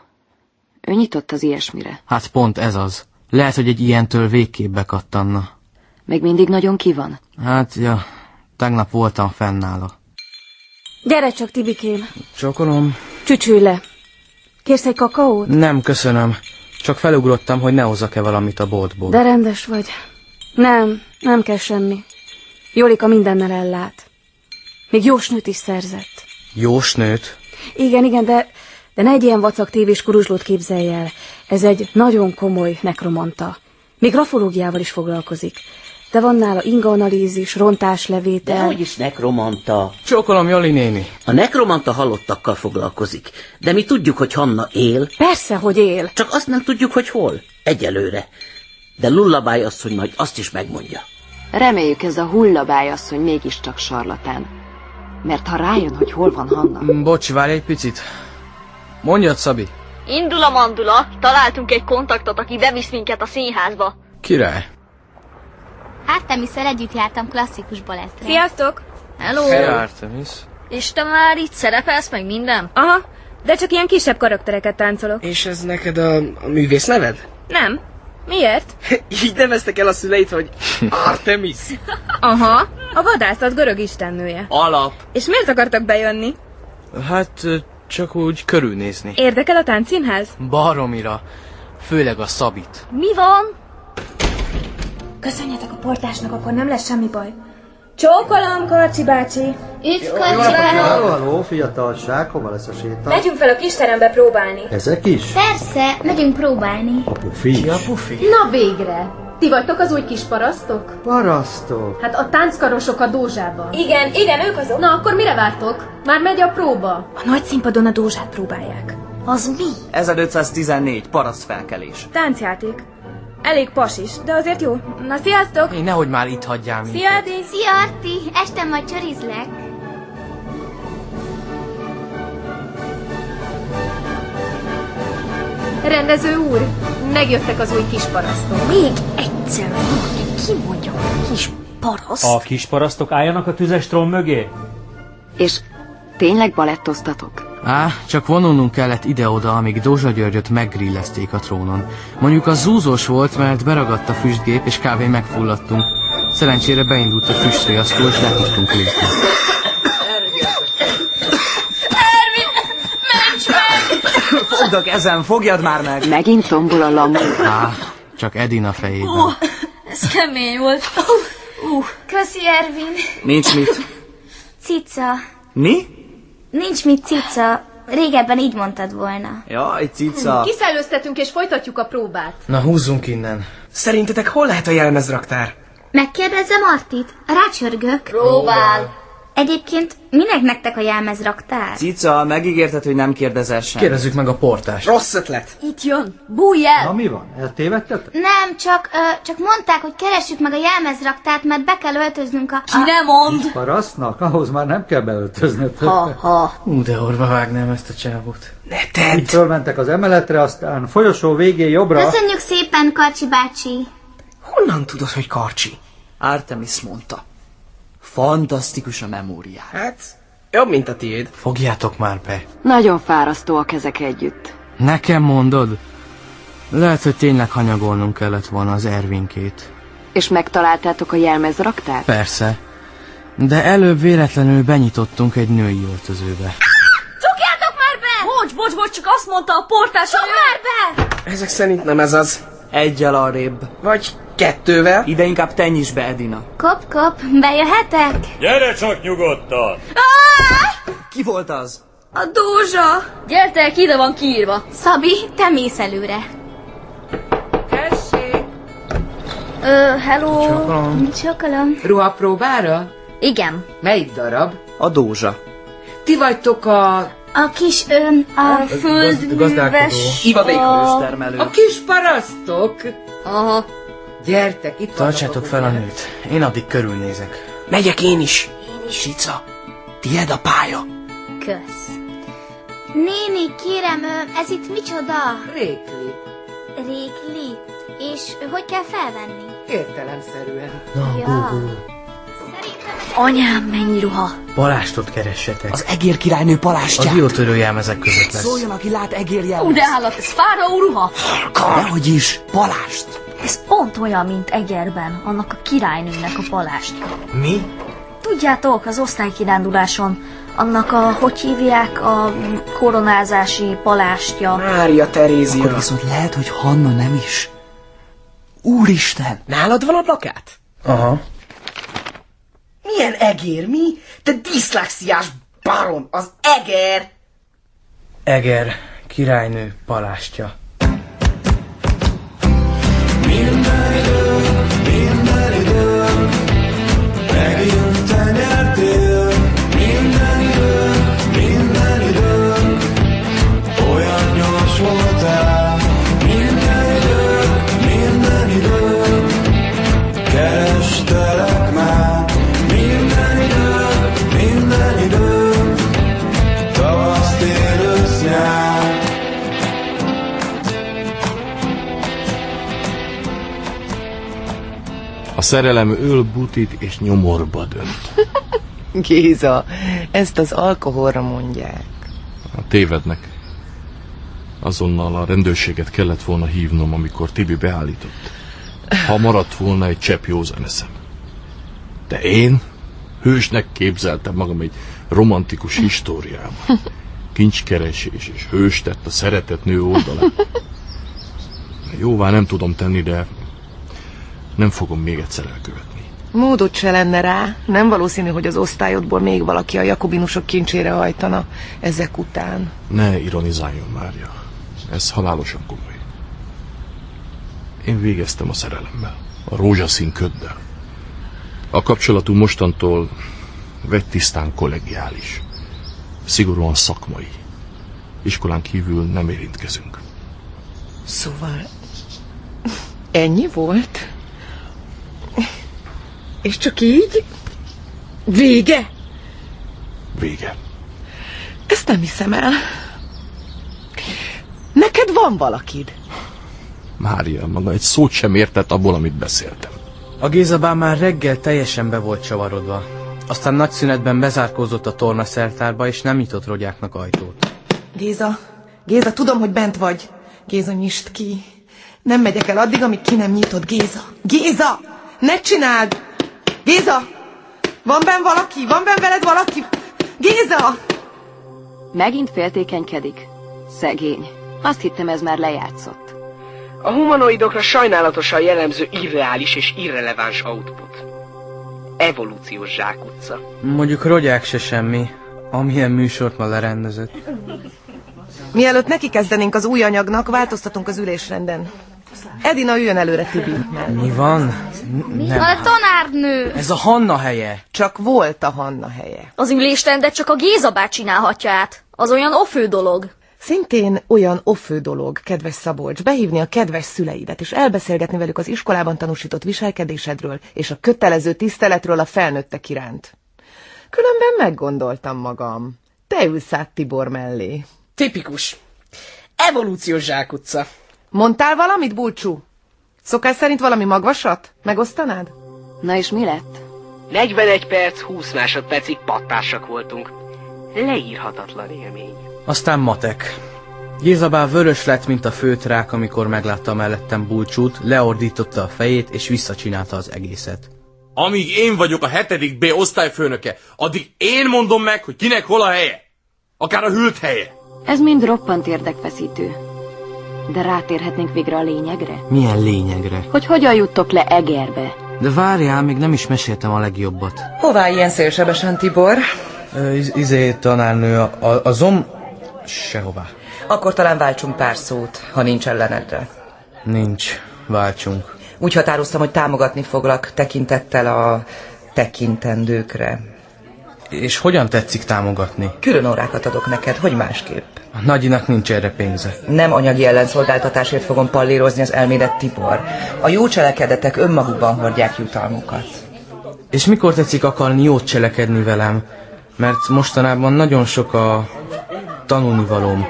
Speaker 16: Ő nyitott az ilyesmire,
Speaker 5: Hát pont ez az. Lehet, hogy egy ilyentől végképp bekattanna.
Speaker 16: meg mindig nagyon ki van.
Speaker 5: Hát, ja, tegnap voltam fennála.
Speaker 2: Gyere csak, Tibikém.
Speaker 5: Csokolom?
Speaker 2: Csücsülj le. Kérsz egy kakaót?
Speaker 5: Nem, köszönöm. Csak felugrottam, hogy ne hozzak-e valamit a boltból.
Speaker 2: De rendes vagy. Nem, nem kell semmi. Jolika mindennel ellát. Még jósnőt is szerzett.
Speaker 5: Jósnőt?
Speaker 2: Igen, igen, de, de ne egy ilyen vacak tévés kuruzslót képzelj el. Ez egy nagyon komoly nekromanta. Még grafológiával is foglalkozik. De van nála ingaanalízis, rontáslevétel.
Speaker 11: De hogy is nekromanta?
Speaker 5: Csókolom, Joli néni.
Speaker 11: A nekromanta halottakkal foglalkozik, de mi tudjuk, hogy Hanna él,
Speaker 2: Persze, hogy él.
Speaker 11: csak azt nem tudjuk, hogy hol. Egyelőre. De Lullabály asszony majd azt is megmondja.
Speaker 16: Reméljük ez a hullabály asszony mégiscsak sarlatán. Mert ha rájön, hogy hol van Hanna...
Speaker 5: Mm, Bocs, várj egy picit. Mondjad, Szabi.
Speaker 8: Indul a mandula, találtunk egy kontaktot, aki bevisz minket a színházba.
Speaker 5: Király.
Speaker 10: Hát, Temiszel együtt jártam klasszikus balettre.
Speaker 19: Sziasztok!
Speaker 10: Hello!
Speaker 5: Artemis.
Speaker 19: És te már itt szerepelsz, meg minden? Aha, de csak ilyen kisebb karaktereket táncolok.
Speaker 9: És ez neked a, a művész neved?
Speaker 19: Nem. Miért?
Speaker 9: Így neveztek el a szüleit, hogy Artemis.
Speaker 19: Aha, a vadászat görög istennője.
Speaker 5: Alap.
Speaker 19: És miért akartak bejönni?
Speaker 5: Hát ö, csak úgy körülnézni.
Speaker 19: Érdekel a táncszínház?
Speaker 5: Baromira. Főleg a Szabit.
Speaker 19: Mi van?
Speaker 2: Köszönjetek a portásnak, akkor nem lesz semmi baj. Csókolom, Karcsi bácsi!
Speaker 19: Üdv,
Speaker 20: Hello, hello, fiatalság, hova lesz a séta?
Speaker 19: Megyünk fel a kisterembe próbálni.
Speaker 20: Ezek is?
Speaker 10: Persze, megyünk próbálni.
Speaker 20: Pufi. Ki a pufi?
Speaker 21: Na végre! Ti vagytok az új kis parasztok?
Speaker 20: Parasztok.
Speaker 21: Hát a tánckarosok a dózsában.
Speaker 19: Igen, igen, ők azok.
Speaker 21: Na, akkor mire vártok? Már megy a próba.
Speaker 2: A nagy színpadon a dózsát próbálják.
Speaker 19: Az mi?
Speaker 13: 1514 paraszt felkelés.
Speaker 19: Táncjáték. Elég pasis, de azért jó. Na, sziasztok!
Speaker 5: Én nehogy már itt hagyjál minket.
Speaker 19: Adi!
Speaker 10: Szia, Arti! Este majd csorizlek.
Speaker 21: Rendező úr, megjöttek az új kis parasztok.
Speaker 19: Még egyszer valaki kimondja, hogy kis paraszt.
Speaker 22: A kis parasztok álljanak a tüzes trón mögé?
Speaker 16: És tényleg balettoztatok?
Speaker 5: Á, csak vonulnunk kellett ide-oda, amíg Dózsa Györgyöt meggrillezték a trónon. Mondjuk az zúzós volt, mert beragadt a füstgép, és kávé megfulladtunk. Szerencsére beindult a füstriasztó, és le tudtunk lépni.
Speaker 4: Ervin, ments meg!
Speaker 13: Fogd ezen, fogjad már meg!
Speaker 16: Megint tombol a lamú.
Speaker 5: Á, csak Edina fejében.
Speaker 19: Ó,
Speaker 10: Ez kemény volt. Uh, uh. Köszi, Ervin.
Speaker 13: Nincs mit.
Speaker 10: Cica.
Speaker 13: Mi?
Speaker 10: Nincs mit, cica. Régebben így mondtad volna.
Speaker 13: Jaj, cica.
Speaker 21: Hmm, Kiszellőztetünk és folytatjuk a próbát.
Speaker 5: Na, húzzunk innen.
Speaker 9: Szerintetek hol lehet a jelmezraktár?
Speaker 10: Megkérdezzem Artit? Rácsörgök.
Speaker 19: Próbál.
Speaker 10: Egyébként minek nektek a jelmezraktár?
Speaker 13: Cica, megígérted, hogy nem kérdezel sem.
Speaker 5: Kérdezzük meg a portást.
Speaker 13: Rossz ötlet.
Speaker 10: Itt jön. Bújj el!
Speaker 20: Na mi van? Eltévedtetek?
Speaker 10: Nem, csak, ö, csak mondták, hogy keressük meg a jelmezraktárt, mert be kell öltöznünk a... Ki
Speaker 19: ne mond!
Speaker 20: Parasztnak? Ahhoz már nem kell beöltöznöd.
Speaker 10: ha.
Speaker 5: Ú, de orva vágnám ezt a csávot.
Speaker 20: Ne tedd! Így fölmentek az emeletre, aztán folyosó végén jobbra.
Speaker 10: Köszönjük szépen, Karcsi bácsi!
Speaker 13: Honnan tudod, hogy karcsi? Artemis mondta. Fantasztikus a memóriá.
Speaker 9: Hát, jobb, mint a tiéd.
Speaker 5: Fogjátok már be.
Speaker 16: Nagyon fárasztóak ezek együtt.
Speaker 5: Nekem mondod? Lehet, hogy tényleg hanyagolnunk kellett volna az Ervinkét.
Speaker 16: És megtaláltátok a jelmezraktárt?
Speaker 5: Persze. De előbb véletlenül benyitottunk egy női öltözőbe.
Speaker 19: Csukjátok már be! Bocs, bocs, bocs, csak azt mondta a portás, hogy... már be!
Speaker 9: Ezek szerint nem ez az.
Speaker 13: Egyel arrébb.
Speaker 9: Vagy kettővel.
Speaker 13: Ide inkább te nyisd be, Edina.
Speaker 10: Kop, kop, bejöhetek?
Speaker 23: Gyere csak nyugodtan!
Speaker 13: Ki volt az?
Speaker 19: A dózsa! Gyertek, ide van kiírva.
Speaker 10: Szabi, te mész előre.
Speaker 19: Tessék! Ö, hello!
Speaker 10: Csokolom. Csokolom.
Speaker 3: Ruha próbára?
Speaker 10: Igen.
Speaker 3: Melyik darab?
Speaker 13: A dózsa.
Speaker 3: Ti vagytok a...
Speaker 10: A kis ön, a földműves...
Speaker 3: A kis parasztok.
Speaker 19: Aha.
Speaker 3: Gyertek, itt
Speaker 5: Tartsátok fel a nőt. Én addig körülnézek.
Speaker 9: Megyek én is. Én is. Cica, tied a pálya.
Speaker 10: Kösz. Néni, kérem, ö, ez itt micsoda?
Speaker 3: Rékli.
Speaker 10: Rékli. És ö, hogy kell felvenni?
Speaker 3: Értelemszerűen.
Speaker 10: Ja.
Speaker 19: Anyám, mennyi ruha!
Speaker 5: Balástot keressetek. Az
Speaker 13: egér királynő palástját.
Speaker 5: A diótörő jelmezek között
Speaker 8: Szóval-
Speaker 5: lesz.
Speaker 13: Szóljon, aki lát egérjel.
Speaker 19: Ú, de állat, ez fáraó ruha!
Speaker 13: Dehogy is, palást.
Speaker 19: Ez pont olyan, mint Egerben, annak a királynőnek a palástja.
Speaker 5: Mi?
Speaker 19: Tudjátok, az osztálykiránduláson annak a, hogy hívják, a koronázási palástja.
Speaker 9: Mária Terézia.
Speaker 13: Akkor viszont lehet, hogy Hanna nem is. Úristen!
Speaker 9: Nálad van a plakát?
Speaker 5: Aha.
Speaker 9: Milyen egér, mi? Te diszlexiás barom, az eger!
Speaker 5: Eger, királynő, palástja.
Speaker 4: Minden idő, megint te nyertél. Minden idő, minden idő, olyan gyors voltál. Minden idő, minden idő, kerestelek már. Minden idő, minden idő, tavasz, tél, ősz, nyár.
Speaker 7: szerelem öl butit és nyomorba dönt.
Speaker 12: Géza, ezt az alkoholra mondják.
Speaker 7: Hát Tévednek. Azonnal a rendőrséget kellett volna hívnom, amikor Tibi beállított. Ha maradt volna egy csepp józan eszem. De én hősnek képzeltem magam egy romantikus históriában. Kincskeresés és hős tett a szeretett nő oldalán. Jóvá nem tudom tenni, de nem fogom még egyszer elkövetni.
Speaker 12: Módot se lenne rá. Nem valószínű, hogy az osztályodból még valaki a jakobinusok kincsére hajtana ezek után.
Speaker 7: Ne ironizáljon, Mária. Ez halálosan komoly. Én végeztem a szerelemmel, a rózsaszín köddel. A kapcsolatunk mostantól vett tisztán kollegiális, szigorúan szakmai. Iskolán kívül nem érintkezünk.
Speaker 12: Szóval ennyi volt? És csak így? Vége?
Speaker 7: Vége.
Speaker 12: Ezt nem hiszem el. Neked van valakid.
Speaker 7: Mária maga egy szót sem értett abból, amit beszéltem.
Speaker 5: A Gézabán már reggel teljesen be volt csavarodva. Aztán nagy szünetben bezárkózott a tornaszertárba, és nem nyitott rogyáknak ajtót.
Speaker 12: Géza, Géza, tudom, hogy bent vagy. Géza, nyisd ki. Nem megyek el addig, amíg ki nem nyitod. Géza, Géza, ne csináld! Géza! Van benn valaki? Van benn veled valaki? Géza!
Speaker 16: Megint féltékenykedik. Szegény. Azt hittem, ez már lejátszott.
Speaker 9: A humanoidokra sajnálatosan jellemző irreális és irreleváns output. Evolúciós zsákutca.
Speaker 5: Mondjuk rogyák se semmi, amilyen műsort ma lerendezett.
Speaker 12: Mielőtt neki kezdenénk az új anyagnak, változtatunk az ülésrenden. Edina üljön előre Tibi.
Speaker 5: Mi van? N-
Speaker 24: A tanárnő!
Speaker 5: Ez a Hanna helye.
Speaker 12: Csak volt a Hanna helye.
Speaker 25: Az ülésrendet csak a Géza bá csinálhatja át. Az olyan ofő dolog.
Speaker 12: Szintén olyan offő dolog, kedves Szabolcs, behívni a kedves szüleidet, és elbeszélgetni velük az iskolában tanúsított viselkedésedről, és a kötelező tiszteletről a felnőttek iránt. Különben meggondoltam magam. Te ülsz át Tibor mellé.
Speaker 9: Tipikus. Evolúciós zsákutca.
Speaker 12: Mondtál valamit, Bulcsú? Szokás szerint valami magvasat? Megosztanád?
Speaker 16: Na és mi lett?
Speaker 9: 41 perc, 20 másodpercig pattársak voltunk. Leírhatatlan élmény.
Speaker 5: Aztán matek. Gézabá vörös lett, mint a főtrák, amikor meglátta mellettem Bulcsút, leordította a fejét és visszacsinálta az egészet.
Speaker 26: Amíg én vagyok a hetedik B osztályfőnöke, addig én mondom meg, hogy kinek hol a helye. Akár a hűlt helye.
Speaker 16: Ez mind roppant érdekfeszítő. De rátérhetnénk végre a lényegre?
Speaker 5: Milyen lényegre?
Speaker 16: Hogy hogyan juttok le Egerbe?
Speaker 5: De várjál, még nem is meséltem a legjobbat.
Speaker 12: Hová ilyen szélsebesen, Tibor?
Speaker 5: Ö, iz- izé, tanárnő, a, a, a zom... Sehová.
Speaker 12: Akkor talán váltsunk pár szót, ha nincs ellenedre.
Speaker 5: Nincs. Váltsunk.
Speaker 12: Úgy határoztam, hogy támogatni foglak tekintettel a tekintendőkre.
Speaker 5: És hogyan tetszik támogatni?
Speaker 12: Külön órákat adok neked, hogy másképp.
Speaker 5: A nagyinak nincs erre pénze.
Speaker 12: Nem anyagi ellenszolgáltatásért fogom pallírozni az elmédet Tibor. A jó cselekedetek önmagukban hordják jutalmukat.
Speaker 5: És mikor tetszik akarni jót cselekedni velem? Mert mostanában nagyon sok a tanulnivalóm,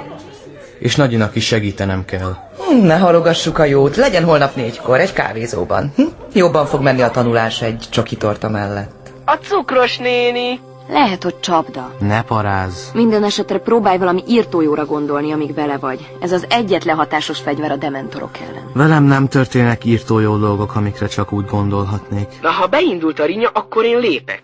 Speaker 5: és nagyinak is segítenem kell.
Speaker 12: Hm, Ne halogassuk a jót, legyen holnap négykor, egy kávézóban. Hm? Jobban fog menni a tanulás egy csoki torta mellett.
Speaker 16: A cukros néni. Lehet, hogy csapda.
Speaker 5: Ne paráz.
Speaker 16: Minden esetre próbálj valami írtójóra gondolni, amíg vele vagy. Ez az egyetlen hatásos fegyver a dementorok ellen.
Speaker 5: Velem nem történnek írtó jó dolgok, amikre csak úgy gondolhatnék.
Speaker 9: Na, ha beindult a rinya, akkor én lépek.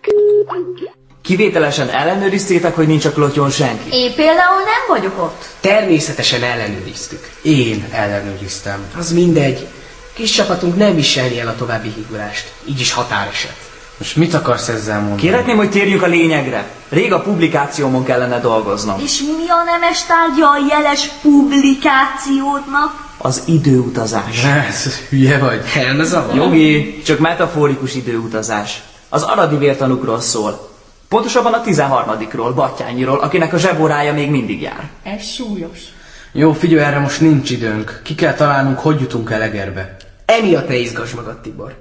Speaker 13: Kivételesen ellenőriztétek, hogy nincs a klotyon senki.
Speaker 25: Én például nem vagyok ott.
Speaker 9: Természetesen ellenőriztük. Én ellenőriztem. Az mindegy. Kis csapatunk nem viselni el a további hígulást. Így is határeset.
Speaker 5: Most mit akarsz ezzel mondani?
Speaker 13: Kérhetném, hogy térjünk a lényegre. Rég a publikációmon kellene dolgoznom.
Speaker 8: És mi a nemes tárgya a jeles publikációdnak?
Speaker 13: Az időutazás.
Speaker 5: Ez hülye vagy.
Speaker 9: El ne zavar.
Speaker 13: Jogi, csak metaforikus időutazás. Az aradi vértanukról szól. Pontosabban a 13-ról, Battyányiról, akinek a zsebórája még mindig jár.
Speaker 8: Ez súlyos.
Speaker 5: Jó, figyelj, erre most nincs időnk. Ki kell találnunk, hogy jutunk el Egerbe.
Speaker 9: Emiatt ne izgass magad, Tibor.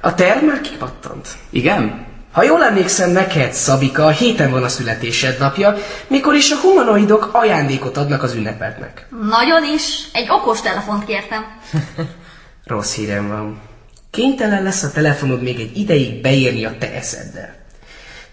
Speaker 9: A terv már kipattant.
Speaker 13: Igen?
Speaker 9: Ha jól emlékszem neked, Szabika, a héten van a születésed napja, mikor is a humanoidok ajándékot adnak az ünnepednek.
Speaker 8: Nagyon is. Egy okos telefont kértem.
Speaker 9: Rossz hírem van. Kénytelen lesz a telefonod még egy ideig beírni a te eszeddel.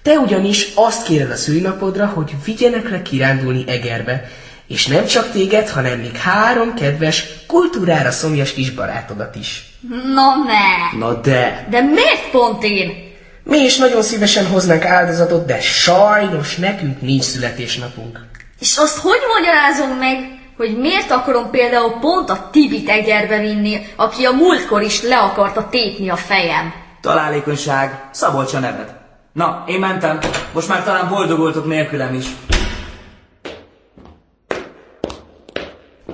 Speaker 9: Te ugyanis azt kéred a szülinapodra, hogy vigyenek le kirándulni Egerbe, és nem csak téged, hanem még három kedves, kultúrára szomjas kis barátodat is.
Speaker 8: Na ne!
Speaker 9: Na de!
Speaker 8: De miért pont én?
Speaker 9: Mi is nagyon szívesen hoznánk áldozatot, de sajnos nekünk nincs születésnapunk.
Speaker 8: És azt hogy magyarázom meg, hogy miért akarom például pont a Tibit Egerbe vinni, aki a múltkor is le akarta tépni a fejem?
Speaker 13: Találékonyság, Szabolcs a neved. Na, én mentem. Most már talán boldogultok nélkülem is.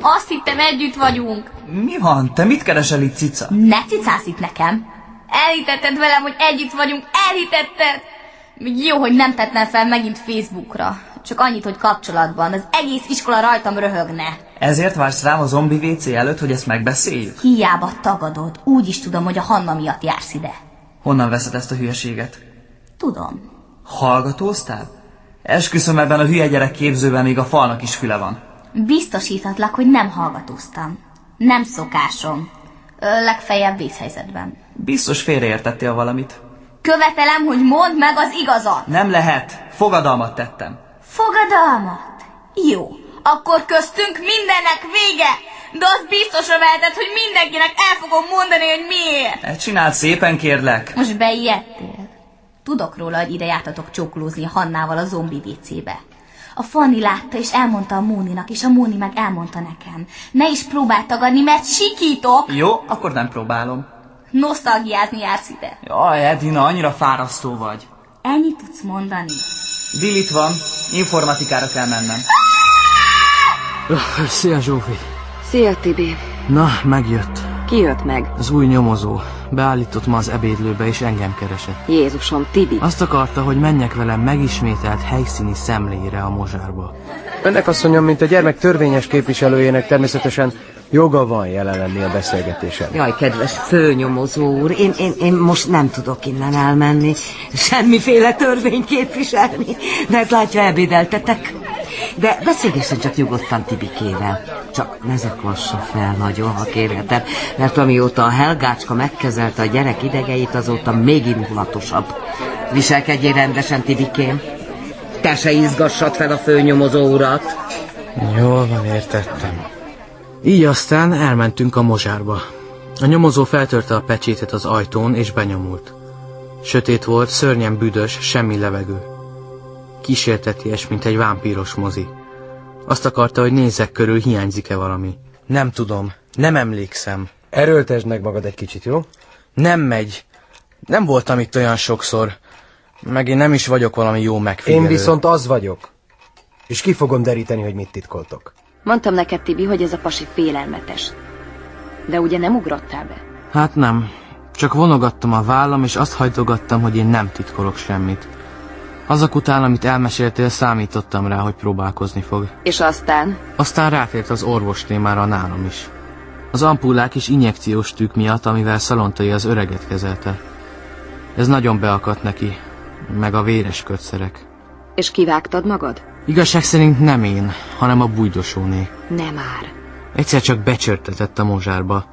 Speaker 10: Azt hittem együtt vagyunk.
Speaker 13: Mi van? Te mit keresel itt, cica?
Speaker 10: Ne cicász itt nekem. Elhitetted velem, hogy együtt vagyunk, elhitetted! Még jó, hogy nem tettem fel megint Facebookra. Csak annyit, hogy kapcsolatban. Az egész iskola rajtam röhögne.
Speaker 13: Ezért vársz rám a zombi WC előtt, hogy ezt megbeszéljük?
Speaker 10: Hiába tagadod, úgy is tudom, hogy a Hanna miatt jársz ide.
Speaker 13: Honnan veszed ezt a hülyeséget?
Speaker 10: Tudom.
Speaker 13: Hallgatóztál? Esküszöm ebben a hülye gyerek képzőben még a falnak is füle van.
Speaker 10: Biztosíthatlak, hogy nem hallgatóztam. Nem szokásom. Ö, legfeljebb vészhelyzetben.
Speaker 13: Biztos félreértettél valamit.
Speaker 10: Követelem, hogy mondd meg az igazat.
Speaker 13: Nem lehet. Fogadalmat tettem.
Speaker 10: Fogadalmat? Jó. Akkor köztünk mindennek vége. De azt biztosra veheted, hogy mindenkinek el fogom mondani, hogy miért.
Speaker 13: E, csináld szépen, kérlek.
Speaker 10: Most beijedtél. Tudok róla, hogy ide jártatok csókolózni Hannával a zombi vécébe. A Fanni látta, és elmondta a Móninak, és a Móni meg elmondta nekem. Ne is próbáld tagadni, mert sikítok!
Speaker 13: Jó, akkor nem próbálom.
Speaker 10: Nosztalgiázni jársz ide.
Speaker 13: Jaj, Edina, annyira fárasztó vagy.
Speaker 10: Ennyit tudsz mondani.
Speaker 13: Dilit van, informatikára kell mennem. Öh,
Speaker 5: Szia Zsófi!
Speaker 16: Szia, Tibi.
Speaker 5: Na, megjött.
Speaker 16: Ki jött meg?
Speaker 5: Az új nyomozó. Beállított ma az ebédlőbe és engem keresett.
Speaker 16: Jézusom, Tibi.
Speaker 5: Azt akarta, hogy menjek velem megismételt helyszíni szemlére a mozsárba.
Speaker 15: Önnek asszonyom, mint a gyermek törvényes képviselőjének természetesen joga van jelen lenni a beszélgetésen.
Speaker 6: Jaj, kedves főnyomozó úr, én, én, én most nem tudok innen elmenni, semmiféle törvényt képviselni, de ezt látja, ebédeltetek. De beszélgessen csak nyugodtan Tibikével. Csak ne zaklassa fel nagyon, ha kérheted, mert amióta a Helgácska megkezelte a gyerek idegeit, azóta még indulatosabb. Viselkedjél rendesen, Tibikém. Te se izgassad fel a főnyomozó urat.
Speaker 5: Jól van, értettem. Így aztán elmentünk a mozsárba. A nyomozó feltörte a pecsétet az ajtón és benyomult. Sötét volt, szörnyen büdös, semmi levegő. Kísérteties, mint egy vámpíros mozi. Azt akarta, hogy nézzek körül, hiányzik-e valami. Nem tudom, nem emlékszem.
Speaker 15: Erőltesd meg magad egy kicsit, jó?
Speaker 5: Nem megy. Nem voltam itt olyan sokszor. Meg én nem is vagyok valami jó megfigyelő.
Speaker 15: Én viszont az vagyok. És ki fogom deríteni, hogy mit titkoltok.
Speaker 16: Mondtam neked, Tibi, hogy ez a pasi félelmetes. De ugye nem ugrottál be?
Speaker 5: Hát nem. Csak vonogattam a vállam, és azt hajtogattam, hogy én nem titkolok semmit. Azok után, amit elmeséltél, számítottam rá, hogy próbálkozni fog.
Speaker 16: És aztán?
Speaker 5: Aztán rátért az orvos témára nálam is. Az ampullák és injekciós tűk miatt, amivel Szalontai az öreget kezelte. Ez nagyon beakadt neki, meg a véres kötszerek.
Speaker 16: És kivágtad magad?
Speaker 5: Igazság szerint nem én, hanem a bújdosóné.
Speaker 16: Nem már.
Speaker 5: Egyszer csak becsörtetett a mozsárba.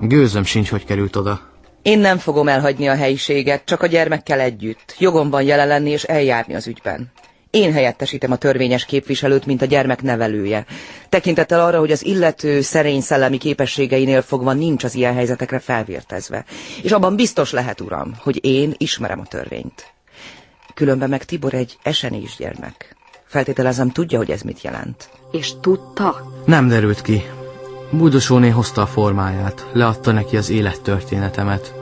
Speaker 5: Gőzöm sincs, hogy került oda.
Speaker 14: Én nem fogom elhagyni a helyiséget, csak a gyermekkel együtt. Jogom van jelen lenni és eljárni az ügyben. Én helyettesítem a törvényes képviselőt, mint a gyermek nevelője. Tekintettel arra, hogy az illető szerény szellemi képességeinél fogva nincs az ilyen helyzetekre felvértezve. És abban biztos lehet, uram, hogy én ismerem a törvényt. Különben meg Tibor egy esenés gyermek. Feltételezem, tudja, hogy ez mit jelent.
Speaker 16: És tudta?
Speaker 5: Nem derült ki. Búdosóné hozta a formáját, leadta neki az élettörténetemet.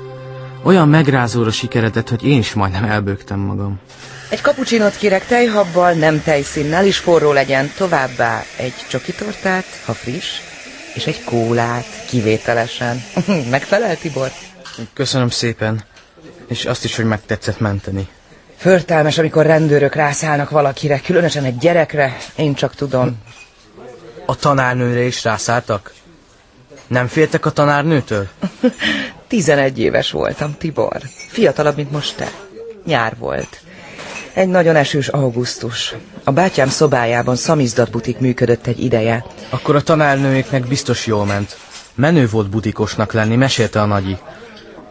Speaker 5: Olyan megrázóra sikeredett, hogy én is majdnem elbőgtem magam.
Speaker 14: Egy kapucsinot kérek tejhabbal, nem tejszínnel, és forró legyen. Továbbá egy csokitortát, ha friss, és egy kólát, kivételesen. Megfelel, Tibor?
Speaker 5: Köszönöm szépen, és azt is, hogy megtetszett menteni.
Speaker 14: Förtelmes, amikor rendőrök rászállnak valakire, különösen egy gyerekre, én csak tudom.
Speaker 5: A tanárnőre is rászálltak? Nem féltek a tanárnőtől?
Speaker 14: 11 éves voltam, Tibor. Fiatalabb, mint most te. Nyár volt. Egy nagyon esős augusztus. A bátyám szobájában szamizdatbutik működött egy ideje.
Speaker 5: Akkor a tanárnőjéknek biztos jól ment. Menő volt budikosnak lenni, mesélte a nagyi.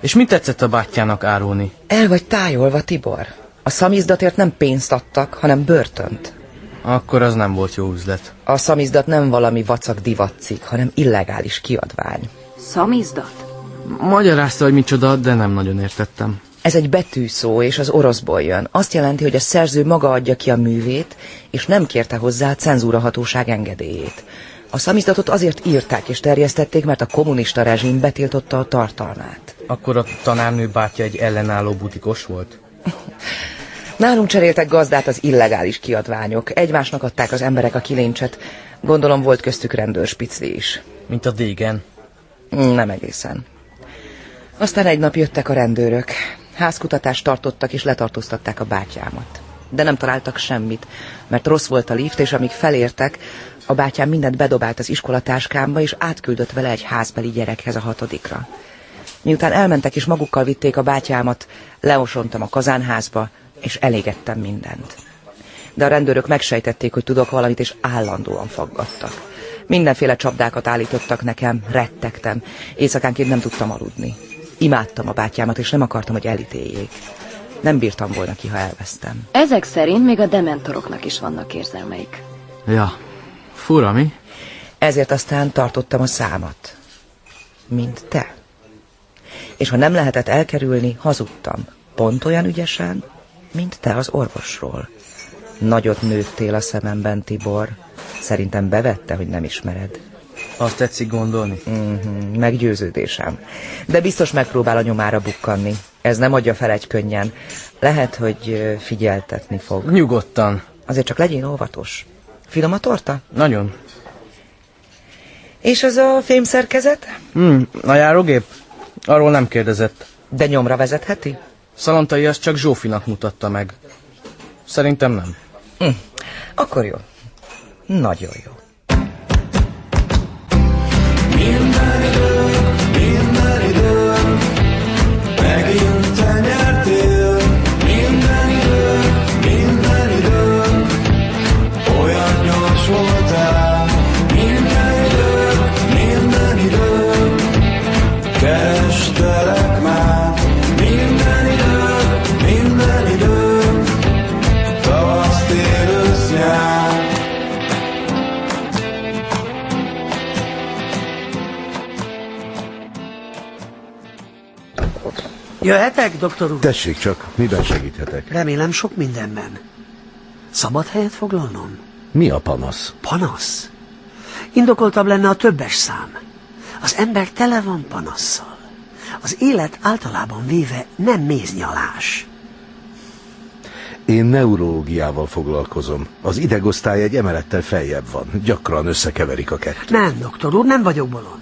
Speaker 27: És mit tetszett a bátyjának árulni?
Speaker 14: El vagy tájolva, Tibor. A szamizdatért nem pénzt adtak, hanem börtönt.
Speaker 27: Akkor az nem volt jó üzlet.
Speaker 14: A szamizdat nem valami vacak divatcikk, hanem illegális kiadvány.
Speaker 16: Szamizdat?
Speaker 27: Magyarázta, hogy micsoda, de nem nagyon értettem.
Speaker 14: Ez egy betűszó, és az oroszból jön. Azt jelenti, hogy a szerző maga adja ki a művét, és nem kérte hozzá a cenzúrahatóság engedélyét. A szamizdatot azért írták és terjesztették, mert a kommunista rezsim betiltotta a tartalmát.
Speaker 27: Akkor a tanárnő bátyja egy ellenálló butikos volt?
Speaker 14: Nálunk cseréltek gazdát az illegális kiadványok. Egymásnak adták az emberek a kilincset. Gondolom volt köztük rendőrspicli is. Mm,
Speaker 27: Mint a dégen.
Speaker 14: Nem egészen. Aztán egy nap jöttek a rendőrök. Házkutatást tartottak és letartóztatták a bátyámat. De nem találtak semmit, mert rossz volt a lift, és amíg felértek, a bátyám mindent bedobált az iskolatáskámba, és átküldött vele egy házbeli gyerekhez a hatodikra. Miután elmentek és magukkal vitték a bátyámat, leosontam a kazánházba, és elégettem mindent. De a rendőrök megsejtették, hogy tudok valamit, és állandóan faggattak. Mindenféle csapdákat állítottak nekem, rettegtem. Éjszakánként nem tudtam aludni. Imádtam a bátyámat, és nem akartam, hogy elítéljék. Nem bírtam volna ki, ha elvesztem.
Speaker 16: Ezek szerint még a dementoroknak is vannak érzelmeik.
Speaker 27: Ja, fura mi?
Speaker 14: Ezért aztán tartottam a számat. Mint te. És ha nem lehetett elkerülni, hazudtam. Pont olyan ügyesen, mint te az orvosról. Nagyot nőttél a szememben, Tibor. Szerintem bevette, hogy nem ismered.
Speaker 27: Azt tetszik gondolni?
Speaker 14: Mm-hmm, meggyőződésem. De biztos megpróbál a nyomára bukkanni. Ez nem adja fel egy könnyen. Lehet, hogy ö, figyeltetni fog.
Speaker 27: Nyugodtan.
Speaker 14: Azért csak legyél óvatos. Finom a torta?
Speaker 27: Nagyon.
Speaker 14: És az a fémszerkezet?
Speaker 27: Hmm, a járógép? Arról nem kérdezett.
Speaker 14: De nyomra vezetheti?
Speaker 27: Szalontai azt csak Zsófinak mutatta meg. Szerintem nem.
Speaker 14: Hm. Akkor jó. Nagyon jó.
Speaker 4: Minden időm, megint te nyertél. Minden időm, minden időm, olyan gyors voltál. Minden időm, minden időm, kerestelek már. Minden időm, minden időm, tavasz, tél, ősz, nyár.
Speaker 2: Jöhetek, doktor úr?
Speaker 17: Tessék csak, miben segíthetek?
Speaker 2: Remélem sok mindenben. Szabad helyet foglalnom?
Speaker 17: Mi a panasz?
Speaker 2: Panasz? Indokoltabb lenne a többes szám. Az ember tele van panasszal. Az élet általában véve nem méznyalás.
Speaker 17: Én neurológiával foglalkozom. Az idegosztály egy emelettel feljebb van. Gyakran összekeverik a kettőt.
Speaker 2: Nem, doktor úr, nem vagyok bolond.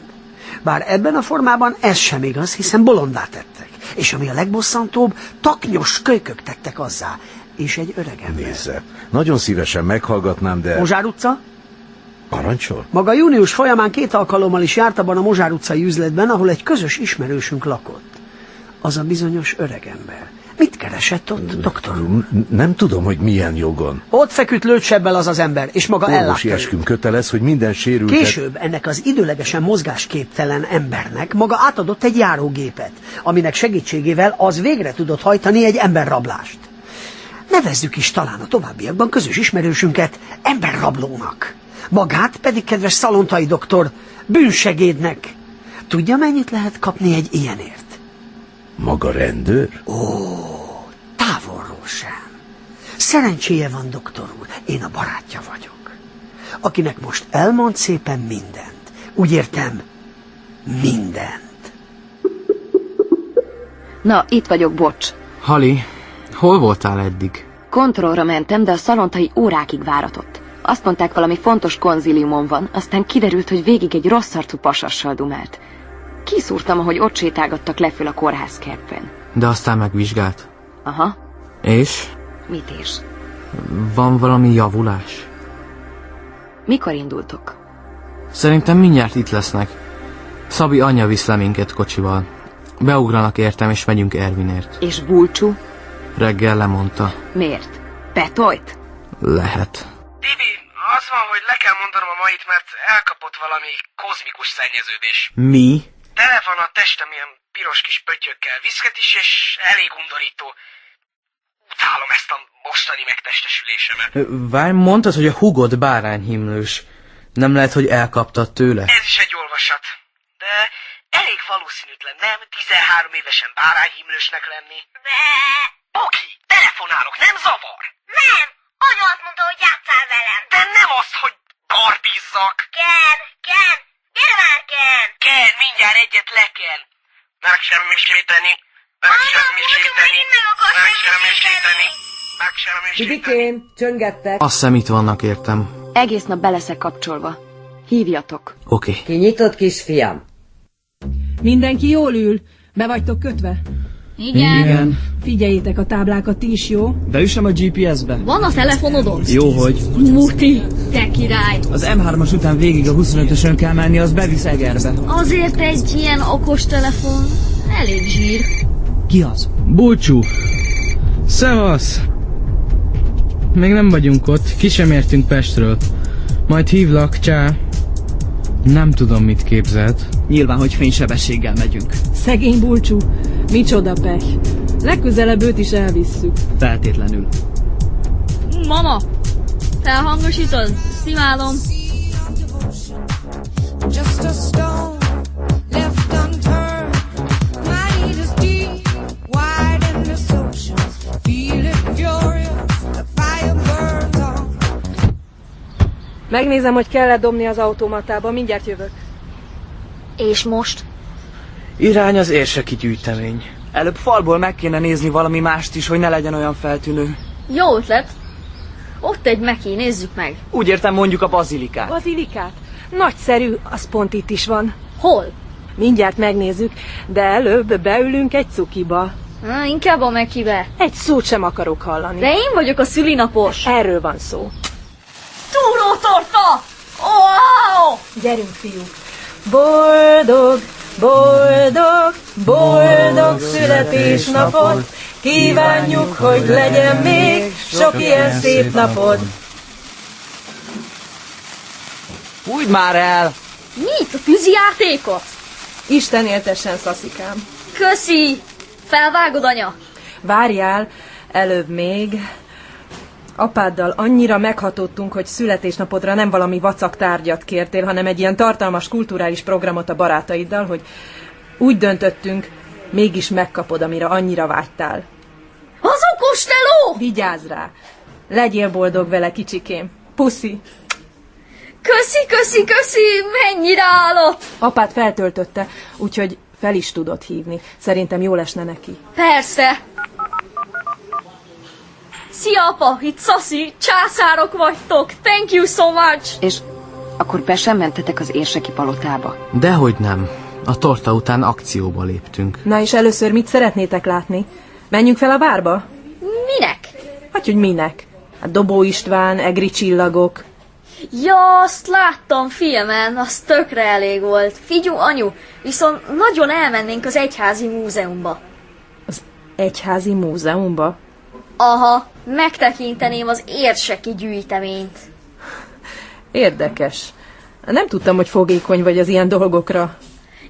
Speaker 2: Bár ebben a formában ez sem igaz, hiszen bolondá tettek. És ami a legbosszantóbb, taknyos kölykök tettek azzá. És egy öregem.
Speaker 17: Nézze, nagyon szívesen meghallgatnám, de...
Speaker 2: Mozsár utca?
Speaker 17: Parancsol?
Speaker 2: Maga június folyamán két alkalommal is járt abban a Mozsár utcai üzletben, ahol egy közös ismerősünk lakott. Az a bizonyos öregember. Mit keresett ott, doktor?
Speaker 17: N- Nem tudom, hogy milyen jogon.
Speaker 2: Ott feküdt lőtsebbel az az ember, és maga
Speaker 17: Orvosi
Speaker 2: ellátta. őt.
Speaker 17: esküm kötelez, hogy minden sérültet...
Speaker 2: Később ennek az időlegesen mozgásképtelen embernek maga átadott egy járógépet, aminek segítségével az végre tudott hajtani egy emberrablást. Nevezzük is talán a továbbiakban közös ismerősünket emberrablónak. Magát pedig, kedves szalontai doktor, bűnsegédnek. Tudja, mennyit lehet kapni egy ilyenért?
Speaker 17: Maga rendőr?
Speaker 2: Távolról sem. Szerencséje van, doktor úr, én a barátja vagyok. Akinek most elmond szépen mindent. Úgy értem, minden.
Speaker 16: Na, itt vagyok, bocs.
Speaker 27: Hali, hol voltál eddig?
Speaker 16: Kontrollra mentem, de a szalontai órákig váratott. Azt mondták, valami fontos konziliumon van, aztán kiderült, hogy végig egy rossz arcú pasassal dumált. Kiszúrtam, ahogy ott sétálgattak leföl a kórház kertben.
Speaker 27: De aztán megvizsgált.
Speaker 16: Aha,
Speaker 27: És?
Speaker 16: mit is?
Speaker 27: Van valami javulás?
Speaker 16: Mikor indultok?
Speaker 27: Szerintem mindjárt itt lesznek. Szabi anyja visz le minket kocsival. Beugranak értem, és megyünk Ervinért.
Speaker 16: És Bulcsú?
Speaker 27: Reggel lemondta.
Speaker 16: Miért? Petolt?
Speaker 27: Lehet.
Speaker 9: Az van, hogy le kell mondanom a mait, mert elkapott valami kozmikus szennyeződés.
Speaker 27: Mi?
Speaker 9: Tele van a testem ilyen piros kis pöttyökkel viszket is, és elég undorító. Utálom ezt a mostani megtestesülésemet.
Speaker 5: Várj, mondtad, hogy a hugod bárányhimlős. Nem lehet, hogy elkaptad tőle?
Speaker 9: Ez is egy olvasat. De elég valószínűtlen, nem? 13 évesen bárányhimlősnek lenni. Oki, telefonálok, nem zavar?
Speaker 10: Nem! Anya azt mondta, hogy játszál velem.
Speaker 9: De nem azt, hogy barbizzak.
Speaker 10: Ken, Ken, gyere már, Ken!
Speaker 9: Ken, mindjárt egyet leken. Megsemmisíteni, megsemmisíteni, megsemmisíteni, megsemmisíteni.
Speaker 13: Didikém, csöngettek.
Speaker 5: Azt hiszem itt vannak értem.
Speaker 16: Egész nap beleszek kapcsolva. Hívjatok.
Speaker 5: Oké.
Speaker 13: Kinyitott, kisfiam?
Speaker 11: Mindenki jól ül? Be vagytok kötve?
Speaker 8: Igen.
Speaker 13: Igen.
Speaker 11: Figyeljétek a táblákat ti is, jó?
Speaker 13: Beüsem a GPS-be.
Speaker 8: Van a telefonodon?
Speaker 13: Jó, hogy.
Speaker 8: Muti, te király!
Speaker 13: Az M3-as után végig a 25-ösön kell menni, az bevisz Egerbe.
Speaker 8: Azért egy ilyen okos telefon elég zsír.
Speaker 13: Ki az?
Speaker 28: Búcsú! Szevasz! Még nem vagyunk ott, ki sem értünk Pestről. Majd hívlak, csá. Nem tudom, mit képzelt.
Speaker 13: Nyilván, hogy fénysebességgel megyünk.
Speaker 11: Szegény bulcsú, micsoda pech. Legközelebb őt is elvisszük.
Speaker 13: Feltétlenül.
Speaker 8: Mama, felhangosítod? Szimálom.
Speaker 13: Just a
Speaker 14: stone left unturned. My heat is deep, wide and dissocial. Feeling furious, the fire burns on.
Speaker 11: Megnézem, hogy kell-e dobni az automatába, mindjárt jövök.
Speaker 13: És most? Irány az érseki gyűjtemény. Előbb falból meg kéne nézni valami mást is, hogy ne legyen olyan feltűnő.
Speaker 8: Jó ötlet. Ott egy meki, nézzük meg.
Speaker 13: Úgy értem mondjuk a bazilikát.
Speaker 11: Bazilikát? Nagyszerű, az pont itt is van.
Speaker 8: Hol?
Speaker 11: Mindjárt megnézzük, de előbb beülünk egy cukiba.
Speaker 8: Na, inkább a mekibe.
Speaker 11: Egy szót sem akarok hallani.
Speaker 8: De én vagyok a szülinapos.
Speaker 11: Erről van szó.
Speaker 8: Túrótorta! Wow!
Speaker 11: Gyerünk, fiúk! Boldog, boldog, boldog születésnapot! Kívánjuk, hogy legyen még sok ilyen szép napod!
Speaker 13: Úgy már el!
Speaker 8: Mit? A tűzi játékot?
Speaker 11: Isten éltessen, szaszikám!
Speaker 8: Köszi! Felvágod, anya?
Speaker 11: Várjál, előbb még... Apáddal annyira meghatódtunk, hogy születésnapodra nem valami vacak tárgyat kértél, hanem egy ilyen tartalmas kulturális programot a barátaiddal, hogy úgy döntöttünk, mégis megkapod, amire annyira vágytál.
Speaker 8: Az okos teló!
Speaker 11: Vigyázz rá! Legyél boldog vele, kicsikém! Puszi!
Speaker 8: Köszi, köszi, köszi! Mennyire állott!
Speaker 11: Apát feltöltötte, úgyhogy fel is tudod hívni. Szerintem jól esne neki.
Speaker 8: Persze! Szia, apa! Itt Szaszi! Császárok vagytok! Thank you so much!
Speaker 16: És akkor be sem mentetek az érseki palotába.
Speaker 5: Dehogy nem. A torta után akcióba léptünk.
Speaker 11: Na és először mit szeretnétek látni? Menjünk fel a bárba?
Speaker 8: Minek?
Speaker 11: Hát, hogy minek? Hát Dobó István, Egri csillagok.
Speaker 8: Ja, azt láttam filmen, az tökre elég volt. Figyú, anyu, viszont nagyon elmennénk az egyházi múzeumba.
Speaker 11: Egyházi múzeumba.
Speaker 8: Aha, megtekinteném az érseki gyűjteményt.
Speaker 11: Érdekes. Nem tudtam, hogy fogékony vagy az ilyen dolgokra.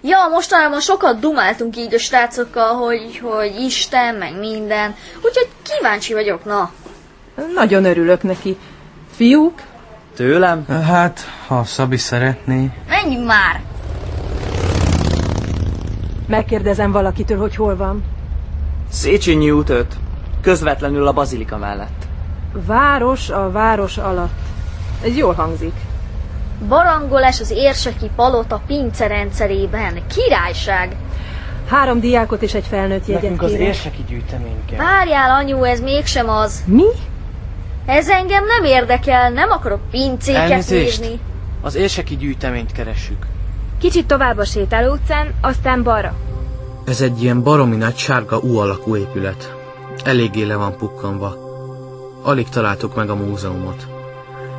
Speaker 8: Ja, mostanában sokat dumáltunk így a srácokkal, hogy, hogy Isten, meg minden. Úgyhogy kíváncsi vagyok, na.
Speaker 11: Nagyon örülök neki. Fiúk?
Speaker 13: Tőlem?
Speaker 5: Hát, ha Szabi szeretné.
Speaker 8: Menjünk már!
Speaker 11: Megkérdezem valakitől, hogy hol van.
Speaker 13: Széchenyi út 5. Közvetlenül a bazilika mellett.
Speaker 11: Város a város alatt. Ez jól hangzik.
Speaker 8: Barangolás az érseki palota pincerendszerében. Királyság!
Speaker 11: Három diákot és egy felnőtt jegyet
Speaker 13: Nekünk az
Speaker 11: kérek.
Speaker 13: érseki gyűjtemény kell.
Speaker 8: Várjál, anyu, ez mégsem az.
Speaker 11: Mi?
Speaker 8: Ez engem nem érdekel, nem akarok pincéket
Speaker 13: Elnézést.
Speaker 8: nézni.
Speaker 13: Az érseki gyűjteményt keressük.
Speaker 11: Kicsit tovább a sétáló utcán, aztán balra.
Speaker 5: Ez egy ilyen baromi nagy sárga U alakú épület. Eléggé le van pukkanva. Alig találtuk meg a múzeumot.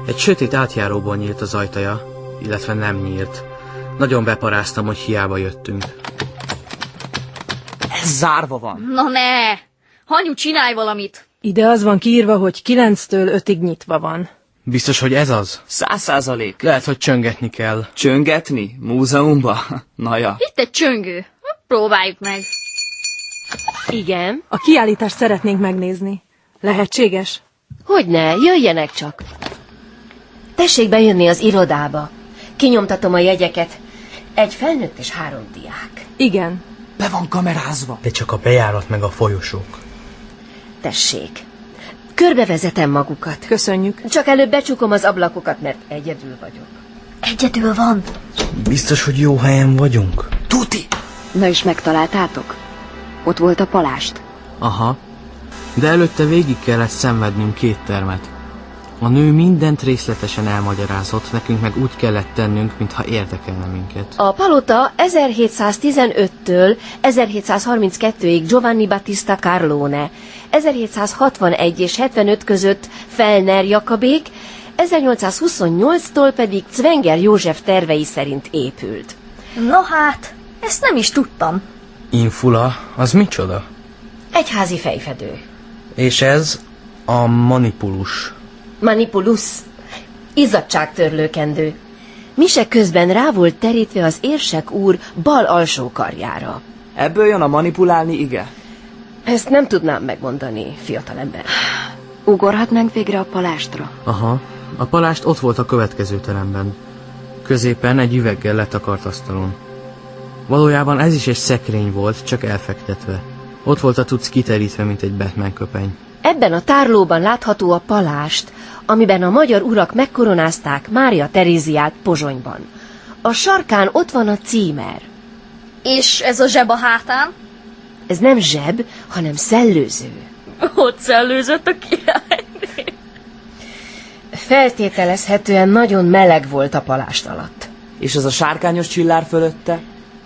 Speaker 5: Egy sötét átjáróból nyílt az ajtaja, illetve nem nyílt. Nagyon beparáztam, hogy hiába jöttünk.
Speaker 13: Ez zárva van.
Speaker 8: Na ne! Anyu, csinálj valamit!
Speaker 11: Ide az van kiírva, hogy 9-től 5-ig nyitva van.
Speaker 5: Biztos, hogy ez az?
Speaker 13: Száz százalék.
Speaker 5: Lehet, hogy csöngetni kell.
Speaker 13: Csöngetni? Múzeumba? Na ja.
Speaker 8: Itt egy csöngő. Hopp,
Speaker 29: Próbáljuk meg.
Speaker 11: Igen. A kiállítást szeretnénk megnézni. Lehetséges?
Speaker 30: Hogyne, jöjjenek csak. Tessék bejönni az irodába. Kinyomtatom a jegyeket. Egy felnőtt és három diák.
Speaker 11: Igen.
Speaker 13: Be van kamerázva.
Speaker 5: De csak a bejárat meg a folyosók.
Speaker 30: Tessék. Körbevezetem magukat.
Speaker 11: Köszönjük.
Speaker 30: Csak előbb becsukom az ablakokat, mert egyedül vagyok.
Speaker 8: Egyedül van.
Speaker 5: Biztos, hogy jó helyen vagyunk?
Speaker 30: Tuti! Na és megtaláltátok? Ott volt a palást.
Speaker 5: Aha. De előtte végig kellett szenvednünk két termet. A nő mindent részletesen elmagyarázott, nekünk meg úgy kellett tennünk, mintha érdekelne minket.
Speaker 30: A palota 1715-től 1732-ig Giovanni Battista Carlone, 1761 és 75 között Felner Jakabék, 1828-tól pedig Zwenger József tervei szerint épült.
Speaker 8: No hát, ezt nem is tudtam.
Speaker 5: Infula, az micsoda?
Speaker 30: Egyházi fejfedő.
Speaker 5: És ez a manipulus.
Speaker 30: Manipulus. Izzadságtörlőkendő. Mise közben rá volt terítve az érsek úr bal alsó karjára.
Speaker 13: Ebből jön a manipulálni ige?
Speaker 30: Ezt nem tudnám megmondani, fiatalember. Ugorhatnánk végre a palástra?
Speaker 5: Aha. A palást ott volt a következő teremben. Középen egy üveggel letakart asztalon. Valójában ez is egy szekrény volt, csak elfektetve. Ott volt a tudsz kiterítve, mint egy Batman köpeny.
Speaker 30: Ebben a tárlóban látható a palást, amiben a magyar urak megkoronázták Mária Teréziát Pozsonyban. A sarkán ott van a címer.
Speaker 29: És ez a zseb a hátán?
Speaker 30: Ez nem zseb, hanem szellőző.
Speaker 29: Ott szellőzött a király.
Speaker 30: Feltételezhetően nagyon meleg volt a palást alatt.
Speaker 13: És az a sárkányos csillár fölötte?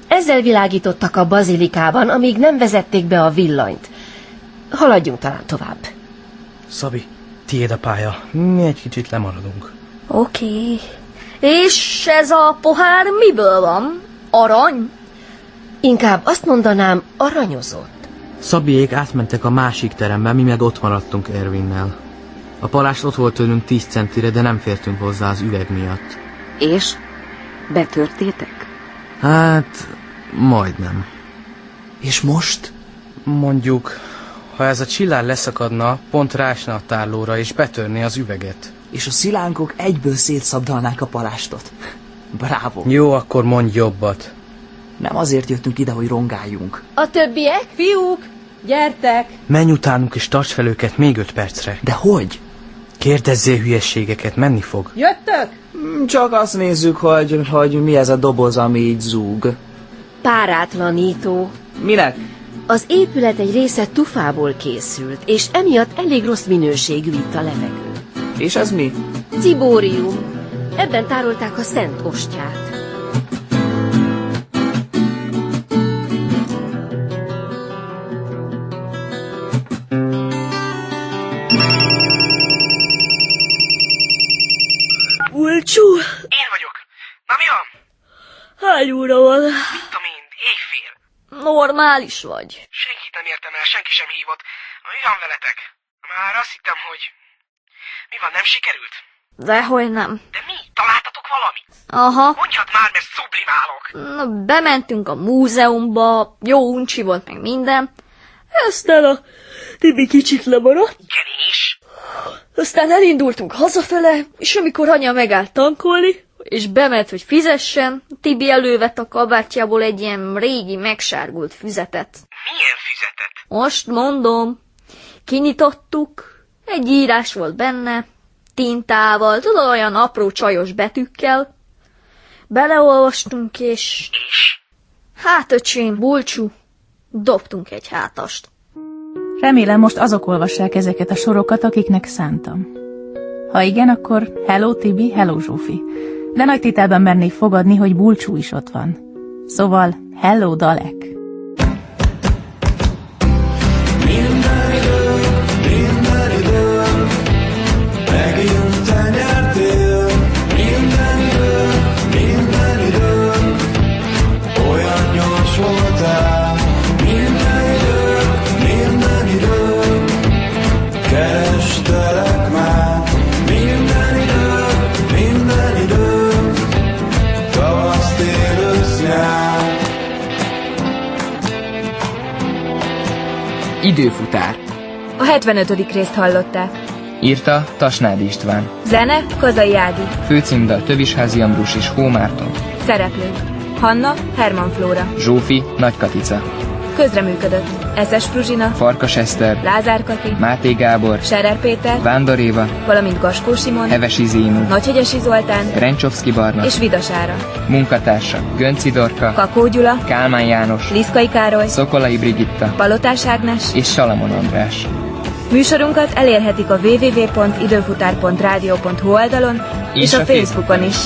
Speaker 30: Ezzel világítottak a bazilikában, amíg nem vezették be a villanyt. Haladjunk talán tovább.
Speaker 5: Szabi, tiéd a pálya. Mi egy kicsit lemaradunk.
Speaker 8: Oké. Okay.
Speaker 29: És ez a pohár miből van? Arany?
Speaker 30: Inkább azt mondanám, aranyozott.
Speaker 5: Szabiék átmentek a másik terembe, mi meg ott maradtunk Ervinnel. A palást ott volt tőlünk 10 centire, de nem fértünk hozzá az üveg miatt.
Speaker 30: És? Betörtétek?
Speaker 5: Hát, majdnem.
Speaker 13: És most?
Speaker 5: Mondjuk, ha ez a csillár leszakadna, pont rásna a tárlóra és betörné az üveget.
Speaker 13: És a szilánkok egyből szétszabdalnák a palástot. Bravo!
Speaker 5: Jó, akkor mondj jobbat.
Speaker 13: Nem azért jöttünk ide, hogy rongáljunk.
Speaker 29: A többiek? Fiúk, gyertek!
Speaker 5: Menj utánunk és tarts fel őket még öt percre.
Speaker 13: De hogy?
Speaker 5: Kérdezzél hülyességeket, menni fog.
Speaker 29: Jöttök?
Speaker 13: Mm, Csak azt nézzük, hogy, hogy mi ez a doboz, ami így zúg.
Speaker 30: Párátlanító.
Speaker 13: Minek?
Speaker 30: Az épület egy része tufából készült, és emiatt elég rossz minőségű itt a levegő.
Speaker 13: És ez mi?
Speaker 30: Cibórium. Ebben tárolták a szent ostját.
Speaker 8: Bulcsú?
Speaker 9: Én vagyok. Na mi van?
Speaker 8: Hány óra van?
Speaker 9: Mit tudom én, éjfél.
Speaker 8: Normális vagy.
Speaker 9: Senkit nem értem el, senki sem hívott. Mi van veletek? Már azt hittem, hogy... Mi van, nem sikerült?
Speaker 8: Dehogy nem.
Speaker 9: De mi? Találtatok valamit?
Speaker 8: Aha.
Speaker 9: Mondjad már, mert szublimálok.
Speaker 8: Na, bementünk a múzeumba, jó uncsi volt meg minden. Aztán a Tibi kicsit lemaradt.
Speaker 9: Igen, és?
Speaker 8: Aztán elindultunk hazafele, és amikor anya megállt tankolni, és bement, hogy fizessen, Tibi elővett a kabátjából egy ilyen régi, megsárgult füzetet.
Speaker 9: Milyen füzetet?
Speaker 8: Most mondom, kinyitottuk, egy írás volt benne, tintával, tudod, olyan apró csajos betűkkel. Beleolvastunk, és...
Speaker 9: És?
Speaker 8: Hát, öcsém, bulcsú, dobtunk egy hátast.
Speaker 1: Remélem most azok olvassák ezeket a sorokat, akiknek szántam. Ha igen, akkor hello Tibi, hello Zsófi. De nagy tételben mernék fogadni, hogy Bulcsú is ott van. Szóval, hello Dalek!
Speaker 4: Minden idő, minden idő, megint te nyertél. Minden idő, minden idő, olyan gyors voltál. Minden idő, minden idő, kerestelek már. Minden idő, minden idő, tavasz, tél, ősz, nyár.
Speaker 3: Időfutár.
Speaker 19: A 75. részt hallották.
Speaker 3: Írta Tasnádi István.
Speaker 19: Zene Kozai Ági.
Speaker 3: Főcímdal Tövisházi Ambrus és Hómárton.
Speaker 19: Szereplők. Hanna Herman Flóra.
Speaker 3: Zsófi Nagy Katica.
Speaker 19: Közreműködött. Eszes Fruzsina.
Speaker 3: Farkas Eszter.
Speaker 19: Lázár Kati.
Speaker 3: Máté Gábor.
Speaker 19: Serer Péter.
Speaker 3: Vándor Éva.
Speaker 19: Valamint Gaskó Simon.
Speaker 3: Hevesi Zénu.
Speaker 19: Nagyhegyesi Zoltán.
Speaker 3: Rencsovszki Barna.
Speaker 19: És Vidasára.
Speaker 3: Munkatársa Gönci Dorka.
Speaker 19: Kakó Gyula.
Speaker 3: Kálmán Szóval- János.
Speaker 19: Liszkai Károly.
Speaker 3: Szokolai Brigitta.
Speaker 19: Palotás Ágnes.
Speaker 3: És Salamon András.
Speaker 19: Műsorunkat elérhetik a www.időfutár.rádió.hu oldalon és, és a, Facebookon is.